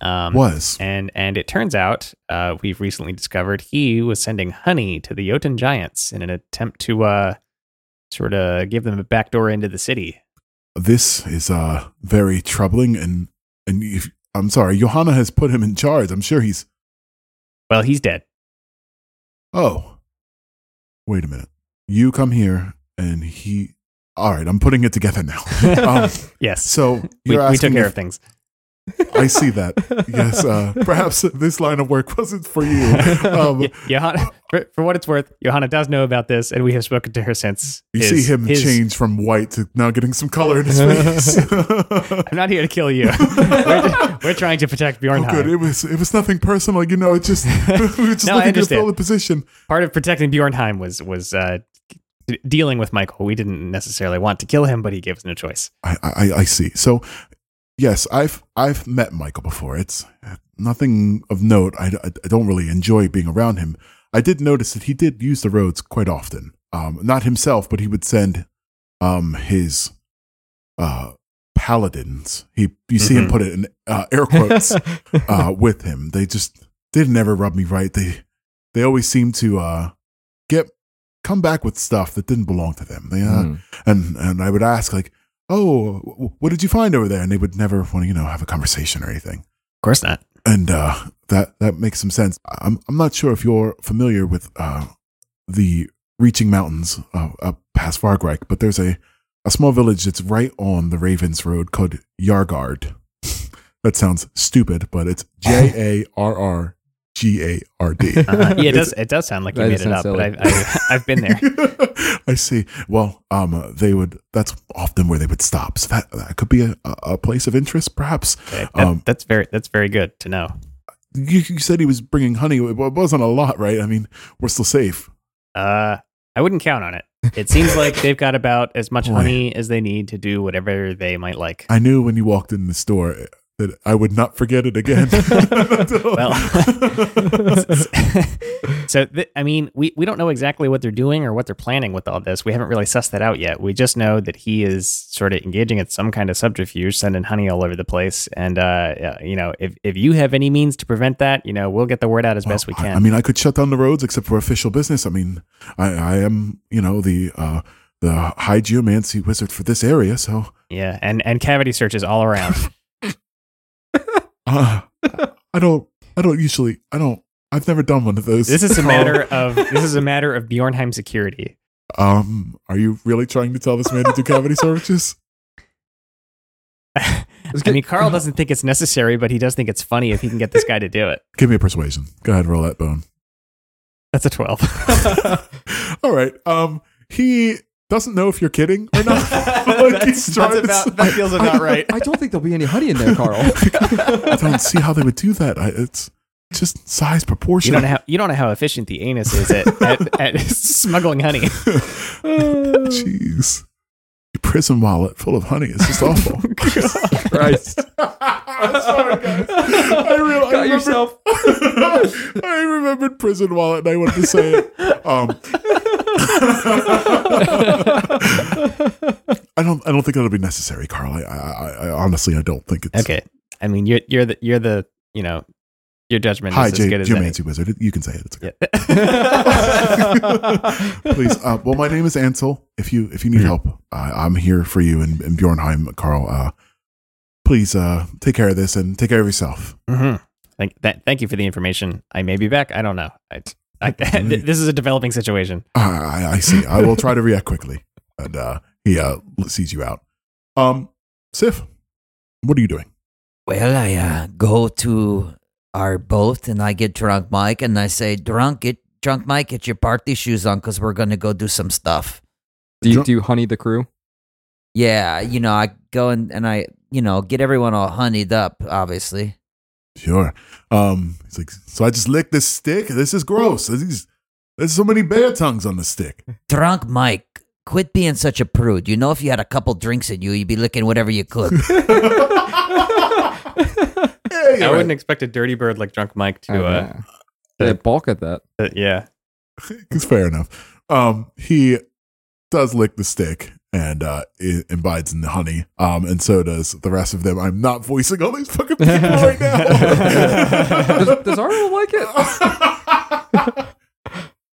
Speaker 5: Um,
Speaker 1: was
Speaker 5: And and it turns out, uh, we've recently discovered he was sending honey to the Jotun giants in an attempt to uh, sort of give them a backdoor into the city.
Speaker 1: this is uh very troubling, and and if, I'm sorry, Johanna has put him in charge. I'm sure he's.
Speaker 5: Well, he's dead.
Speaker 1: Oh, wait a minute. You come here, and he. All right, I'm putting it together now. Um,
Speaker 5: Yes.
Speaker 1: so
Speaker 5: we,
Speaker 1: you're
Speaker 5: we took
Speaker 1: asking
Speaker 5: care
Speaker 1: if
Speaker 5: of things.
Speaker 1: I see that. Yes, uh, perhaps this line of work wasn't for you. Um,
Speaker 5: Y- Johanna, for, for what it's worth, Johanna does know about this, and we have spoken to her since.
Speaker 1: You
Speaker 5: his-
Speaker 1: see him
Speaker 5: his-
Speaker 1: change from white to now getting some color in his face. oh,
Speaker 5: I'm not here to kill you. we're, we're trying to protect
Speaker 1: Oh, good.
Speaker 5: Bjornheim.
Speaker 1: It was it was nothing personal. You know, it just we were just
Speaker 5: No,
Speaker 1: looking to
Speaker 5: I understand.
Speaker 1: fill the position.
Speaker 5: Part of protecting Bjornheim was was uh, d- dealing with Michael. We didn't necessarily want to kill him, but he gave us no choice.
Speaker 1: I, I I see. So yes, I've I've met Michael before. It's nothing of note. I, I I don't really enjoy being around him. I did notice that he did use the roads quite often. Um, not himself, but he would send um his uh paladins. He you see him
Speaker 5: Mhm.
Speaker 1: put it in uh, air quotes uh, with him. They just didn't ever rub me right. They they always seem to uh, get come back with stuff that didn't belong to them. They, uh,
Speaker 3: Mm.
Speaker 1: and and I would ask like, "Oh, wh- wh- what did you find over there?" And they would never want to you know have a conversation or anything.
Speaker 5: Of course not.
Speaker 1: And uh, that that makes some sense. I'm I'm not sure if you're familiar with uh, the Reaching Mountains uh, up past Vargrek, but there's a a small village that's right on the Ravens Road called Yargard. that sounds stupid, but it's J A R R G A R D.
Speaker 5: Uh-huh. Yeah, it does. It does sound like you
Speaker 3: That
Speaker 5: made it
Speaker 3: sounds
Speaker 5: up, but
Speaker 3: silly.
Speaker 5: I've, I've, I've been there.
Speaker 1: I see. Well, um, uh, they would. That's often where they would stop. So that that could be a, a a place of interest, perhaps.
Speaker 5: Okay, that-
Speaker 1: Um,
Speaker 5: that's very that's very good to know.
Speaker 1: You, you said he was bringing honey. It wa- wasn't a lot, right? I mean, we're still safe.
Speaker 5: Uh, I wouldn't count on it. It seems like they've got about as much
Speaker 1: Boy.
Speaker 5: honey as they need to do whatever they might like.
Speaker 1: I knew when you walked in the store eh, that I would not forget it again.
Speaker 5: Well, so th- I mean, we we don't know exactly what they're doing or what they're planning with all this. We haven't really sussed that out yet. We just know that he is sort of engaging in some kind of subterfuge, sending honey all over the place. And uh, uh, you know, if if you have any means to prevent that, you know, we'll get the word out as best we
Speaker 1: Well, I-
Speaker 5: can.
Speaker 1: I, mean, I could shut down the roads except for official business. I mean, I, I am, you know, the uh, the high geomancy wizard for this area, so.
Speaker 5: yeah, and and cavity searches all around.
Speaker 1: Uh, I don't. I don't usually. I don't. I've never done one of those.
Speaker 5: This is a matter of this is a matter of Bjornheim security.
Speaker 1: Um. Are you really trying to tell this man to do cavity searches?
Speaker 5: I mean, Carl doesn't think it's necessary, but he does think it's funny if he can get this guy to do it.
Speaker 1: Give me a persuasion. Go ahead, roll that bone.
Speaker 5: That's a twelve.
Speaker 1: All right. Um. He doesn't know if you're kidding or not.
Speaker 7: That's- that's about- that feels about right.
Speaker 3: I don't think there'll be any honey in there, Carl.
Speaker 1: I don't see how they would do that. I, it's just size
Speaker 5: You
Speaker 1: proportion.
Speaker 5: don't know how you don't know how efficient the anus is at, at, at smuggling honey.
Speaker 1: Jeez. Your prison wallet full of honey is just awful.
Speaker 3: Christ.
Speaker 1: I'm sorry, guys. I, real, I remembered- I remembered prison wallet, and I wanted to say it. Um, I don't. I don't think that'll be necessary, Carl. I, I, I honestly, I don't think it's
Speaker 5: Okay, I mean you're you're the you're the you know your judgment
Speaker 1: Hi,
Speaker 5: is as
Speaker 1: J-
Speaker 5: good as
Speaker 1: Jim
Speaker 5: any.
Speaker 1: Ansi Wizard. You can say it. It's okay.
Speaker 5: Yeah.
Speaker 1: Please. Uh, well, my name is Ansel. If you if you
Speaker 5: Mm-hmm.
Speaker 1: need help, uh, I'm here for you. And, and Bjornheim, Carl. Uh, please uh, take care of this and take care of yourself.
Speaker 5: Mhm. Thank that, thank you for the information. I may be back. I don't know. I, I, this is a developing situation.
Speaker 1: Uh, I, I see. I will try to react quickly. And uh, he uh, sees you out. Um, Sif, what are you doing?
Speaker 4: Well, I uh, go to our boat and I get drunk Mike and I say, drunk it, drunk Mike, get your party shoes on because we're gonna go do some stuff.
Speaker 3: Do you, do you honey the crew?
Speaker 4: Yeah, you know, I go and, and I, you know, get everyone all honeyed up, obviously.
Speaker 1: Sure. Um, he's like, so I just licked this stick. This is gross. These- There's so many bear tongues on the stick.
Speaker 4: Drunk Mike, quit being such a prude. You know, if you had a couple drinks in you, you'd be licking whatever you could.
Speaker 1: Yeah,
Speaker 7: I
Speaker 1: you're right.
Speaker 7: wouldn't expect a dirty bird like Drunk Mike to. Uh,
Speaker 3: Uh, they balk at that.
Speaker 7: uh, yeah.
Speaker 1: it's fair enough. Um, he does lick the stick and uh, i imbibes in the honey. Um, and so does the rest of them. I'm not voicing all these fucking people right
Speaker 3: Does,
Speaker 1: now.
Speaker 3: does Arlo like it?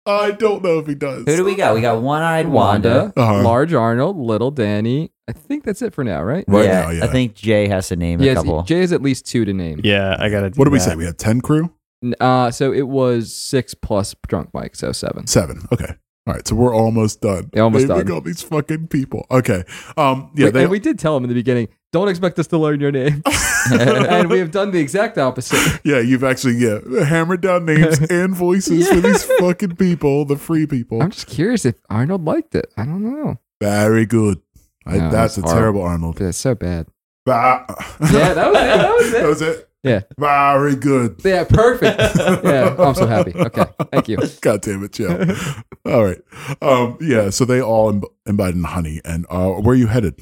Speaker 1: I don't know if he does.
Speaker 4: Who do we got? We got one eyed
Speaker 3: Wanda,
Speaker 4: Wanda.
Speaker 1: Uh-huh.
Speaker 3: Large Arnold, Little Danny. I think that's it for now, right?
Speaker 1: Right now, yeah.
Speaker 6: I think Jay has to name a
Speaker 3: Yes,
Speaker 6: couple.
Speaker 3: Jay is at least two to name.
Speaker 7: Yeah. I got to.
Speaker 1: what do we say? We have ten crew,
Speaker 3: N- Uh, so it was six plus drunk Mike, so seven.
Speaker 1: seven. Okay. All right, so we're almost done.
Speaker 3: Yeah, almost
Speaker 1: Naming
Speaker 3: done.
Speaker 1: All these fucking people. Okay. Um. Yeah.
Speaker 3: we,
Speaker 1: they.
Speaker 3: and we did tell him in the beginning, don't expect us to learn your name. and we have done the exact opposite.
Speaker 1: yeah. You've actually yeah hammered down names and voices for these fucking people, the free people.
Speaker 3: I'm just curious if Arnold liked it. I don't know.
Speaker 1: Very good. I,
Speaker 3: No,
Speaker 1: that's
Speaker 3: that's
Speaker 1: a
Speaker 3: horrible.
Speaker 1: terrible Arnold.
Speaker 3: But it's so bad.
Speaker 1: Bah.
Speaker 3: Yeah, that was it. That was
Speaker 1: that
Speaker 3: it.
Speaker 1: was it.
Speaker 3: Yeah.
Speaker 1: Very good.
Speaker 3: Yeah, perfect. Yeah, oh, I'm so happy. Okay, thank you.
Speaker 1: God damn it, Joe. all right. Um, yeah. So they all Im- imbibed in honey. And uh, where are you headed?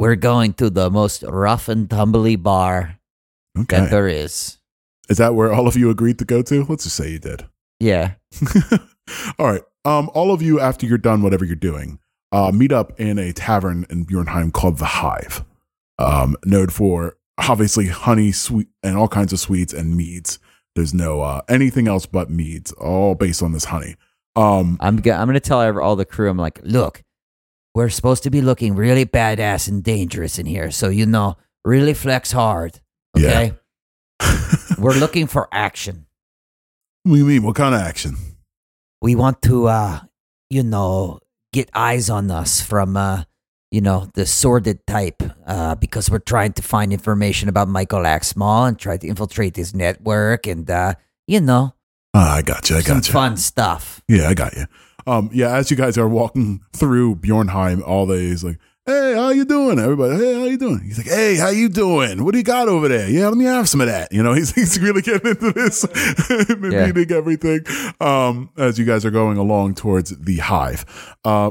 Speaker 4: We're going to the most rough and tumbly bar
Speaker 1: Okay.
Speaker 4: that there is.
Speaker 1: Is that where all of you agreed to go to? Let's just say you did.
Speaker 4: Yeah.
Speaker 1: all right. Um, all of you, after you're done, whatever you're doing, uh, meet up in a tavern in Bjornheim called the Hive. Um, known for obviously honey, sweet, and all kinds of sweets and meads. There's no uh, anything else but meads, all based on this honey. Um,
Speaker 4: I'm go- I'm gonna tell ev- all the crew. I'm like, look, we're supposed to be looking really badass and dangerous in here, so you know, really flex hard.
Speaker 1: Yeah.
Speaker 4: Okay, we're looking for action.
Speaker 1: what do you mean? What kind of action?
Speaker 4: We want to, uh, you know, get eyes on us from, uh, you know, the sordid type, uh, because we're trying to find information about Michael Axmall and try to infiltrate his network and, uh, you know,
Speaker 1: Ah, I got you. I
Speaker 4: some
Speaker 1: got you.
Speaker 4: fun stuff.
Speaker 1: Yeah, I got you. Um, yeah, as you guys are walking through Bjornheim, all days, like, hey, how you doing? Everybody, hey, how you doing? He's like, hey, how you doing? What do you got over there? Yeah, let me have some of that. You know, he's, he's really getting into this,
Speaker 6: Yeah.
Speaker 1: meeting everything. Um, as you guys are going along towards the hive, uh,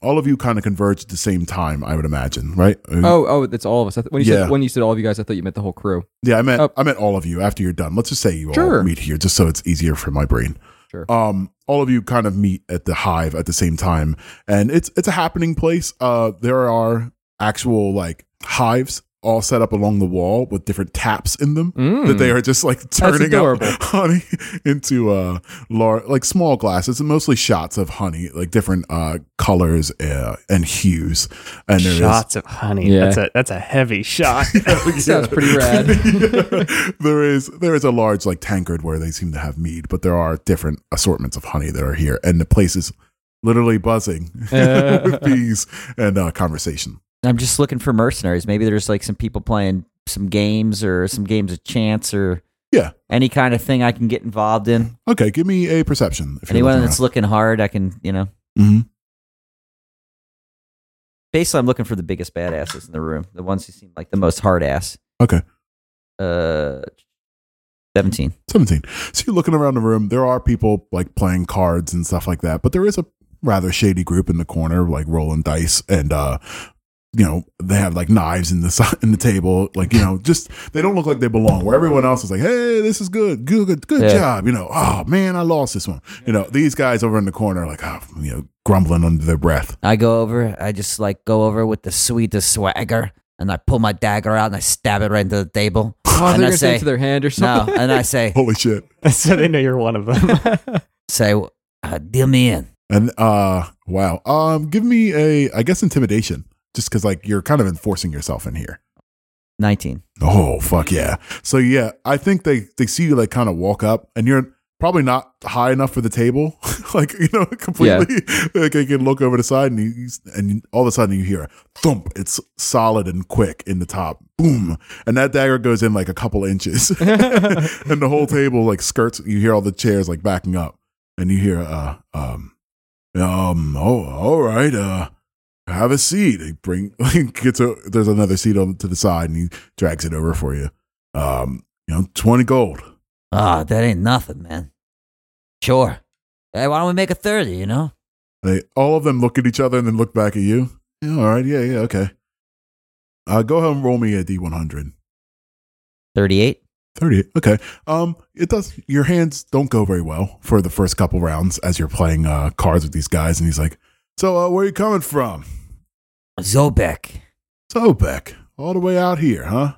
Speaker 1: all of you kind of converge at the same time, I would imagine, right?
Speaker 3: Oh, oh, it's all of us. I th- when you
Speaker 1: Mm. Yeah.
Speaker 3: said when you said all of you guys, I thought you meant the whole crew.
Speaker 1: Yeah, I meant
Speaker 3: Oh.
Speaker 1: I meant all of you after you're done. Let's just say you all
Speaker 3: Sure.
Speaker 1: meet here, just so it's easier for my brain.
Speaker 3: Sure.
Speaker 1: Um, all of you kind of meet at the hive at the same time, and it's it's a happening place. Uh, there are actual like hives all set up along the wall with different taps in them
Speaker 3: Mm.
Speaker 1: that they are just like turning up
Speaker 3: Hmm. adorable.
Speaker 1: honey into uh lar- like small glasses and mostly shots of honey, like different uh colors uh, and hues. And there is
Speaker 5: Shots of honey.
Speaker 3: Yeah.
Speaker 5: That's a that's a heavy shot.
Speaker 3: Sounds pretty rad.
Speaker 1: Yeah. There is there is a large like tankard where they seem to have mead, but there are different assortments of honey that are here, and the place is literally buzzing with bees and uh, conversation.
Speaker 6: I'm just looking for mercenaries. Maybe there's like some people playing some games or some games of chance or
Speaker 1: Yeah.
Speaker 6: any kind of thing I can get involved in.
Speaker 1: Okay, give me a perception. If
Speaker 6: Anyone
Speaker 1: looking
Speaker 6: that's looking hard, I can you know.
Speaker 1: around. Mhm.
Speaker 6: Basically, I'm looking for the biggest badasses in the room, the ones who seem like the most hard ass.
Speaker 1: Okay.
Speaker 6: Uh, seventeen.
Speaker 1: 17. So you're looking around the room. There are people like playing cards and stuff like that, but there is a rather shady group in the corner, like rolling dice and, uh, you know, they have like knives in the si- in the table, like you know, just they don't look like they belong. Where everyone else is like, "Hey, this is good, good, good, good
Speaker 6: Yeah.
Speaker 1: job," you know. Oh man, I lost this one. You know, these guys over in the corner, are like, oh, you know, grumbling under their breath.
Speaker 4: I go over, I just like go over with the sweetest swagger and I pull my dagger out and I stab it right into the table.
Speaker 3: Oh,
Speaker 4: and
Speaker 3: they're
Speaker 4: I
Speaker 3: gonna say
Speaker 4: say,
Speaker 3: into their hand or
Speaker 4: no,
Speaker 3: something.
Speaker 4: and I say,
Speaker 1: Holy shit!
Speaker 5: so they know you're one of them.
Speaker 4: say, uh, deal me in.
Speaker 1: And uh, wow. Um, give me a, I guess, intimidation, just because like you're kind of enforcing yourself in here.
Speaker 6: 19.
Speaker 1: Oh fuck yeah! So yeah, I think they they see you like kind of walk up, and you're probably not high enough for the table, like you know, completely. like you can look over the side, and you- you and all of a sudden you hear a thump. It's solid and quick in the top, boom, and that dagger goes in like a couple inches, and the whole table like skirts. You hear all the chairs like backing up, and you hear uh um um oh all right uh. Have a seat. He bring gets a, there's another seat on to the side, and he drags it over for you. Um, you know, twenty gold.
Speaker 4: Ah, that ain't nothing, man. Sure. Hey, why don't we make a 30, you know?
Speaker 1: They all of them look at each other and then look back at you. Yeah, all right, yeah, yeah, okay. Uh, go ahead and roll me a D one hundred.
Speaker 6: 38.
Speaker 1: 30 okay um it does your hands don't go very well for the first couple rounds as you're playing uh cards with these guys and he's like so uh where are you coming from
Speaker 4: Zobek.
Speaker 1: so beck all the way out here huh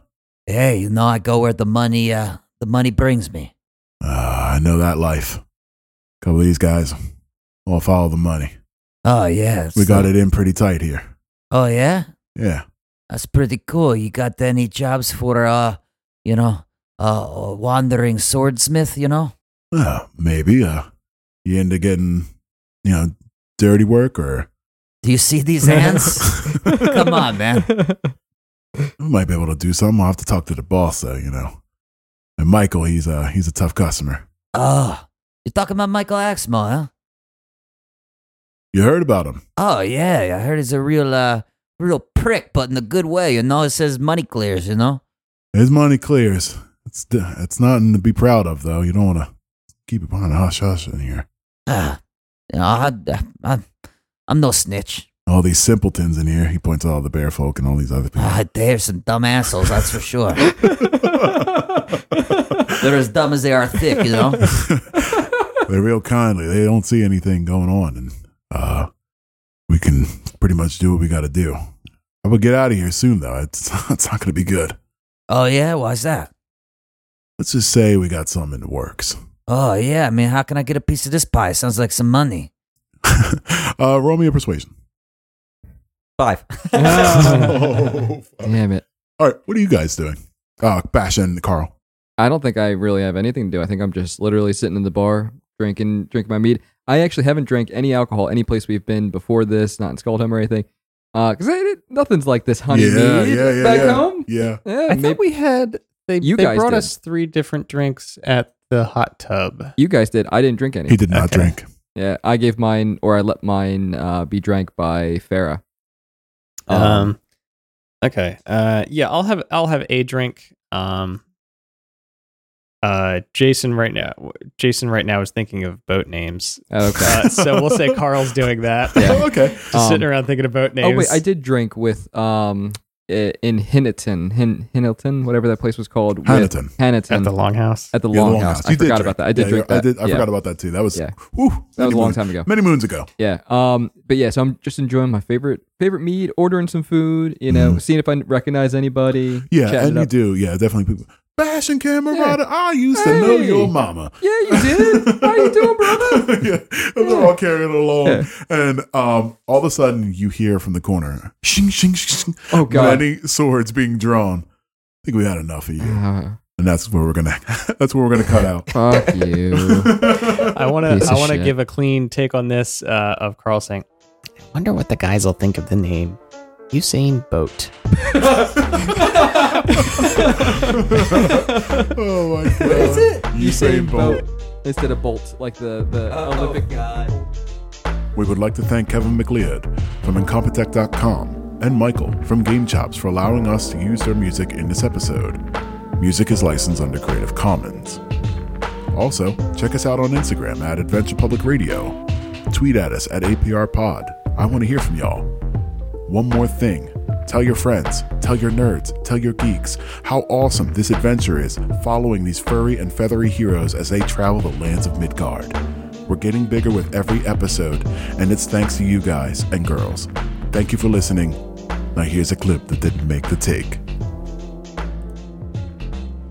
Speaker 4: Hey, you know, I go where the money, uh, the money brings me.
Speaker 1: Ah, I know that life. couple of these guys will follow the money.
Speaker 4: Oh, yeah.
Speaker 1: We
Speaker 4: it's-
Speaker 1: got it in pretty tight here.
Speaker 4: Oh, yeah?
Speaker 1: Yeah.
Speaker 4: That's pretty cool. You got any jobs for, uh, you know, uh, wandering swordsmith, you know?
Speaker 1: Well, maybe. Uh, you into getting, you know, dirty work or
Speaker 4: Do you see these hands? Come on, man.
Speaker 1: we might be able to do something. I'll have to talk to the boss, though. You know, and Michael, he's uh he's a tough customer.
Speaker 4: Oh, you're talking about Michael Axmo, huh?
Speaker 1: You heard about him?
Speaker 4: Oh, yeah. I heard he's a real, uh, real prick, but in a good way, you know? It says money clears, you know?
Speaker 1: His money clears. It's it's nothing to be proud of, though. You don't want to keep it behind a hush hush in here.
Speaker 4: Ah, you know, I, I, I'm no snitch.
Speaker 1: all these simpletons in here. He points out all the bear folk and all these other people.
Speaker 4: Ah, they're some dumb assholes, that's for sure. They're as dumb as they are thick, you know?
Speaker 1: They're real kindly. They don't see anything going on, and uh, we can pretty much do what we got to do. I will get out of here soon, though. It's it's not going to be good.
Speaker 4: Oh, yeah? Why's that?
Speaker 1: Let's just say we got something in the works.
Speaker 4: Oh, yeah. I mean, how can I get a piece of this pie? Sounds like some money.
Speaker 1: Uh, roll me a persuasion.
Speaker 6: Five.
Speaker 1: Oh, fuck.
Speaker 3: Damn it.
Speaker 1: All right, what are you guys doing? Uh, Bash and Carl.
Speaker 3: I don't think I really have anything to do. I think I'm just literally sitting in the bar drinking, drinking my mead. I actually haven't drank any alcohol any place we've been before this, not in Skullheim or anything, because I did nothing's like this honey
Speaker 1: yeah,
Speaker 3: mead
Speaker 1: yeah, yeah,
Speaker 3: back
Speaker 1: yeah.
Speaker 3: home.
Speaker 1: Yeah.
Speaker 3: Yeah,
Speaker 7: I
Speaker 3: maybe-
Speaker 7: think we had they.
Speaker 3: You
Speaker 7: they
Speaker 3: guys
Speaker 7: brought
Speaker 3: did.
Speaker 7: us three different drinks at the hot tub.
Speaker 3: you guys did. I didn't drink any.
Speaker 1: He did not
Speaker 7: Okay.
Speaker 1: drink.
Speaker 3: Yeah, I gave mine, or I let mine uh, be drank by Farah.
Speaker 7: Um. okay. Uh. Yeah. I'll have I'll have a drink. Um. Uh. Jason right now. Jason right now is thinking of boat names.
Speaker 3: okay. Um,
Speaker 7: Uh, so we'll say Carl's doing that.
Speaker 3: Yeah.
Speaker 1: Oh, okay.
Speaker 7: Just sitting around thinking of boat names.
Speaker 3: Oh wait, I did drink with um i- in Hinniton, Hin- Hinniton, whatever that place was called. with
Speaker 1: Hamilton.
Speaker 3: Hanniton
Speaker 7: at the longhouse.
Speaker 3: at the
Speaker 1: Yeah, the
Speaker 3: Longhouse. I
Speaker 1: You did
Speaker 3: forgot
Speaker 1: drink-
Speaker 3: about that. I did
Speaker 1: yeah,
Speaker 3: drink
Speaker 1: yeah,
Speaker 3: that.
Speaker 1: I did. I
Speaker 3: yeah.
Speaker 1: forgot about that too. That was
Speaker 3: Yeah.
Speaker 1: whew,
Speaker 3: That was
Speaker 1: many
Speaker 3: a long
Speaker 1: moons-
Speaker 3: time ago.
Speaker 1: Many moons ago.
Speaker 3: Yeah. Um. But yeah, so I'm just enjoying my favorite favorite mead, ordering some food. You know, seeing if I recognize anybody.
Speaker 1: Mm. Yeah,
Speaker 3: chatting
Speaker 1: and
Speaker 3: it
Speaker 1: you
Speaker 3: up.
Speaker 1: do. Yeah, definitely. People. Bash and Camerata, I used to
Speaker 3: Hey.
Speaker 1: know your mama.
Speaker 3: Yeah, you did. How you doing, brother?
Speaker 1: yeah, and they're all carrying it along, and um, all of a sudden you hear from the corner, shing, shing, shing, shing,
Speaker 3: Oh God.
Speaker 1: many swords being drawn. I think we had enough of you,
Speaker 3: Ah,
Speaker 1: and that's where we're gonna. that's where we're gonna cut out.
Speaker 3: fuck you.
Speaker 7: I want to.
Speaker 3: Piece of
Speaker 7: I want to
Speaker 3: shit.
Speaker 7: give a clean take on this uh, of Carl saying, "I wonder what the guys will think of the name Usain Boat."
Speaker 1: oh my god! What is it? Usain Bolt.
Speaker 3: instead of bolt, like the the Olympic.
Speaker 1: We would like to thank Kevin McLeod from Incompetech.com and Michael from Game Chops for allowing us to use their music in this episode. Music is licensed under Creative Commons. Also, check us out on Instagram at Adventure Public Radio. Tweet at us at APR Pod. I want to hear from y'all. One more thing tell your friends, tell your nerds, tell your geeks how awesome this adventure is following these furry and feathery heroes as they travel the lands of Midgard. We're getting bigger with every episode, and it's thanks to you guys and girls. Thank you for listening. Now, here's a clip that didn't make the take.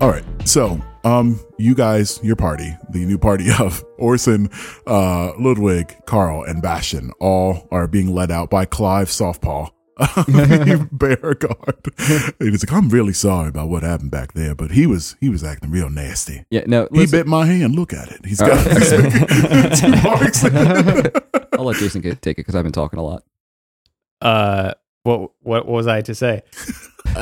Speaker 1: All right. So, um, you guys, your party, the new party of Orson, uh, Ludwig, Carl, and Bastion, all are being led out by Clive Softpaw. the bear guard. And He's like, I'm really sorry about what happened back there, but he was he was acting real nasty.
Speaker 3: Yeah, no.
Speaker 1: He
Speaker 3: Listen,
Speaker 1: bit my hand. Look at it. He's got two marks.
Speaker 3: I'll let Jason get, take it because I've been talking a lot.
Speaker 7: Uh, what what was I to say?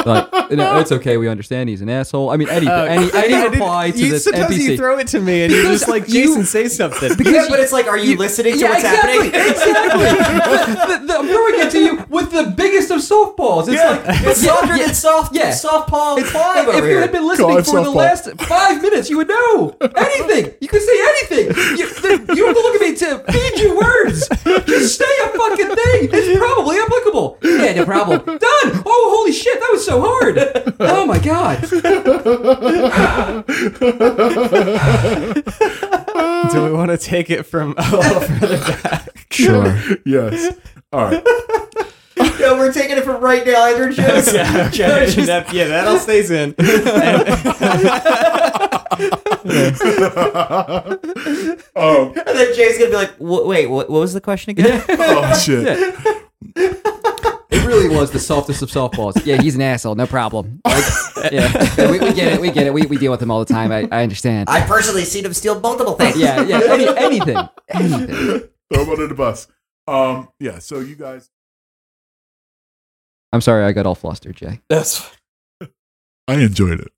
Speaker 3: Like, no, it's okay. We understand he's an asshole. I mean, any
Speaker 7: Uh,
Speaker 3: any,
Speaker 7: I
Speaker 3: any
Speaker 7: didn't-
Speaker 3: reply to
Speaker 7: you,
Speaker 3: this
Speaker 7: sometimes
Speaker 3: NPC.
Speaker 7: you throw it to me and you're just like Jason, say something.
Speaker 6: yeah, but it's like, are you, listening to what's
Speaker 3: exactly,
Speaker 6: happening?
Speaker 3: exactly. The- the- the- I'm throwing it to you with the biggest of softballs. It's like
Speaker 6: It's softer than soft,
Speaker 3: Yeah.
Speaker 6: soft paw
Speaker 3: If,
Speaker 6: Clive
Speaker 3: if
Speaker 6: over
Speaker 3: you had
Speaker 6: here.
Speaker 3: been listening
Speaker 1: God,
Speaker 3: for the
Speaker 1: softball.
Speaker 3: last five minutes, you would know anything. You could say anything. You, th- you don't have to look at me to feed you words. Just say a fucking thing. It's probably applicable. Yeah, no problem. Done. Oh, holy shit, that was so hard. Oh my god.
Speaker 7: Do we want to take it from oh, a little further back?
Speaker 3: Sure.
Speaker 1: yes. All right.
Speaker 6: No, we're taking it from right now, Andrew Jones.
Speaker 7: okay. that, yeah, that all stays in.
Speaker 1: Oh,
Speaker 6: And then Jay's gonna be like, "Wha- "Wait, what, what was the question again?"
Speaker 1: oh shit.
Speaker 3: It really was the softest of softballs. Yeah, he's an asshole. No problem. Like, yeah, yeah, we, we get it. We get it. We, we deal with him all the time. I, I understand.
Speaker 6: I personally seen him steal multiple things.
Speaker 3: yeah, yeah. Any, anything. Anything.
Speaker 1: Throw him under the bus. Um, yeah. So you guys.
Speaker 3: I'm sorry. I got all flustered, Jay.
Speaker 1: I enjoyed it.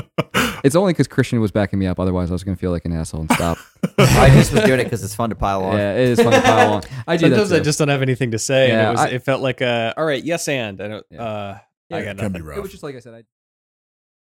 Speaker 3: Oh. It's only because Christian was backing me up. Otherwise, I was going to feel like an asshole and stop.
Speaker 6: I just was doing it because it's fun to pile on.
Speaker 3: yeah, it is fun to pile on. I do
Speaker 7: Sometimes
Speaker 3: that
Speaker 7: I
Speaker 3: too.
Speaker 7: just don't have anything to say, and
Speaker 3: Yeah,
Speaker 7: it was
Speaker 3: I-
Speaker 7: it felt like a all right, yes, and I don't.
Speaker 3: Yeah.
Speaker 7: Uh,
Speaker 3: Yeah.
Speaker 7: I got
Speaker 1: Can be
Speaker 7: nothing.
Speaker 1: rough.
Speaker 3: It was just like I said. I,